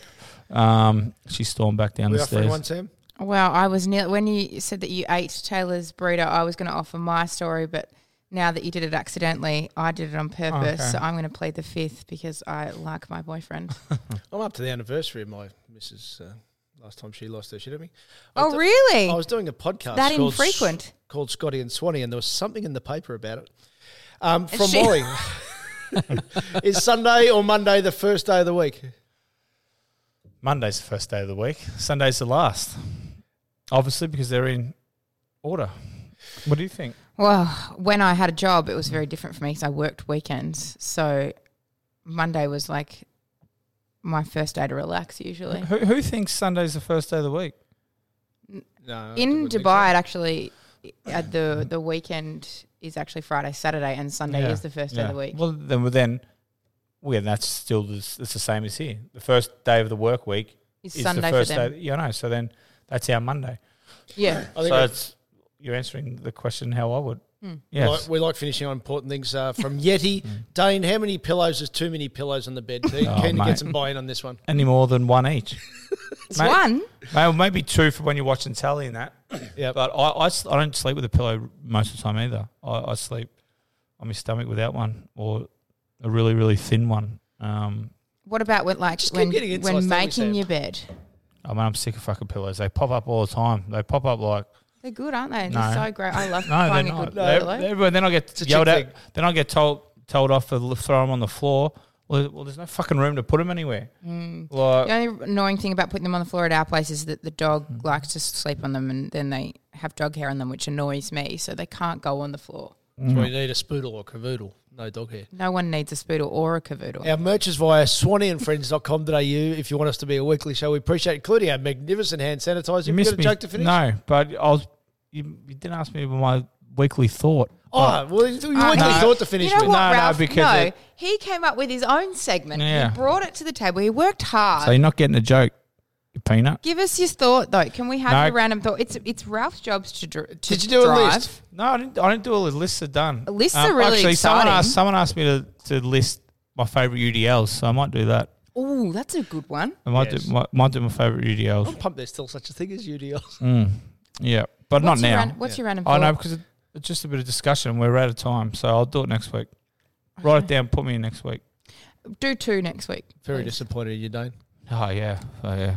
Speaker 3: Um, she stormed back down
Speaker 1: we
Speaker 3: the
Speaker 1: offering
Speaker 3: stairs.
Speaker 1: one, Sam?
Speaker 2: Well, I was near when you said that you ate Taylor's burrito. I was going to offer my story, but now that you did it accidentally, I did it on purpose.
Speaker 3: okay.
Speaker 2: So I'm going to plead the fifth because I like my boyfriend.
Speaker 1: I'm up to the anniversary of my Mrs. Uh, last time she lost her shit at me. I
Speaker 2: oh,
Speaker 1: was do-
Speaker 2: really?
Speaker 1: I was doing a podcast
Speaker 2: That
Speaker 1: called S-
Speaker 2: infrequent.
Speaker 1: called Scotty and Swanee, and there was something in the paper about it. Um,
Speaker 2: And
Speaker 1: from
Speaker 2: she-
Speaker 1: Molly. Is Sunday or Monday the first day of the week?
Speaker 3: Monday's the first day of the week. Sunday's the last. Obviously, because they're in order. What do you think?
Speaker 2: Well, when I had a job, it was very different for me because I worked weekends. So Monday was like my first day to relax usually.
Speaker 3: Who, who thinks Sunday's the first day of the week?
Speaker 1: No.
Speaker 2: In Dubai, it actually at the the weekend is actually Friday, Saturday, and Sunday
Speaker 3: Yeah,
Speaker 2: is the first day
Speaker 3: yeah.
Speaker 2: of the week.
Speaker 3: Well, then, well, then, well, yeah, that's still the, s- it's the same as here. The first day of the work week
Speaker 2: It's
Speaker 3: is
Speaker 2: Sunday
Speaker 3: the
Speaker 2: for
Speaker 3: first
Speaker 2: them.
Speaker 3: day. Yeah, I know. So then, that's our Monday.
Speaker 2: yeah.
Speaker 1: I think
Speaker 3: So
Speaker 1: we-
Speaker 3: it's you're answering the question how I would.
Speaker 2: Hmm.
Speaker 1: we
Speaker 3: Yes. Mm.
Speaker 1: like- we like finishing on important things. Uh, from Yeti, Dane, how many pillows is too many pillows on the bed? Keen
Speaker 3: Oh,
Speaker 1: keen to
Speaker 3: mate.
Speaker 1: get some buy-in on this one.
Speaker 3: Any more than one each?
Speaker 2: It's
Speaker 3: Mate.
Speaker 2: one.
Speaker 3: May- or Maybe two for when you're watching telly and that.
Speaker 1: Yep.
Speaker 3: But I, I, s- I don't sleep with a pillow most of the time either. I, I sleep on my stomach without one or a really, really thin one. Um,
Speaker 2: What about when like
Speaker 1: Just keep
Speaker 2: when,
Speaker 1: getting insights,
Speaker 2: when
Speaker 1: don't we, Sam?
Speaker 2: making your bed?
Speaker 3: I mean, I'm sick of fucking pillows. They pop up all the time. They pop up like
Speaker 2: They're good, aren't they?
Speaker 3: No.
Speaker 2: They're so great. I love
Speaker 3: no, they're
Speaker 2: finding a
Speaker 3: not.
Speaker 2: good
Speaker 3: They're-
Speaker 2: pillow.
Speaker 3: they're everywhere. Then I get
Speaker 1: eh? a
Speaker 3: yelled
Speaker 1: chick
Speaker 3: at. Then I get told told off to l- throw them on the floor. Well, well, there's no fucking room to put them anywhere.
Speaker 1: Mm.
Speaker 3: Like
Speaker 2: The only annoying thing about putting them on the floor at our place is that the dog
Speaker 3: Mm.
Speaker 2: likes to sleep on them and then they have dog hair on them, which annoys me. So they can't go on the floor.
Speaker 1: That's
Speaker 3: Mm.
Speaker 1: why you need a spoodle or cavoodle. No dog hair.
Speaker 2: No one needs a spoodle or a cavoodle.
Speaker 1: Our merch is via swaneeandfriends.com.au if you want us to be a weekly show. We appreciate it, including our magnificent hand sanitizer.
Speaker 3: you
Speaker 1: Have you
Speaker 3: missed
Speaker 1: got a
Speaker 3: me.
Speaker 1: joke to finish?
Speaker 3: No, but I was. You, you didn't ask me about my weekly thought.
Speaker 1: Oh, well, you you
Speaker 2: Oh,
Speaker 1: weekly
Speaker 2: no.
Speaker 1: thought to finish
Speaker 2: you know
Speaker 1: with.
Speaker 2: what,
Speaker 3: No, no,
Speaker 2: Ralph?
Speaker 3: because
Speaker 2: no,
Speaker 3: it-
Speaker 2: he came up with his own segment.
Speaker 3: Yeah.
Speaker 2: He brought it to the table. He worked hard.
Speaker 3: So you're not getting a joke, you peanut.
Speaker 2: Give us your thought, though. Can we have
Speaker 3: No.
Speaker 2: your random thought? It's it's Ralph's jobs to, dr- to
Speaker 1: Did you do a
Speaker 2: drive.
Speaker 1: list?
Speaker 3: No, I didn't. I didn't do all the lists. Are done. Um,
Speaker 2: Lists are really
Speaker 3: actually, someone
Speaker 2: exciting.
Speaker 3: asked. Someone asked me to, to list my favorite UDLs, so I might do that.
Speaker 2: Ooh, that's a good one.
Speaker 3: I might
Speaker 1: Yes.
Speaker 3: do might, might do my favorite UDLs.
Speaker 1: I'm pumped there's still such a thing as UDL.
Speaker 3: Hmm. Yeah,
Speaker 2: What's
Speaker 3: but not
Speaker 2: your
Speaker 3: now.
Speaker 2: ran- what's your random
Speaker 3: I
Speaker 2: thought?
Speaker 3: know because it's just a bit of discussion. We're out of time, so I'll do it next week. Write it down. Put me in next week.
Speaker 2: Do two next week.
Speaker 1: Very
Speaker 2: please.
Speaker 1: disappointed in you, Dane.
Speaker 3: Oh yeah, oh yeah.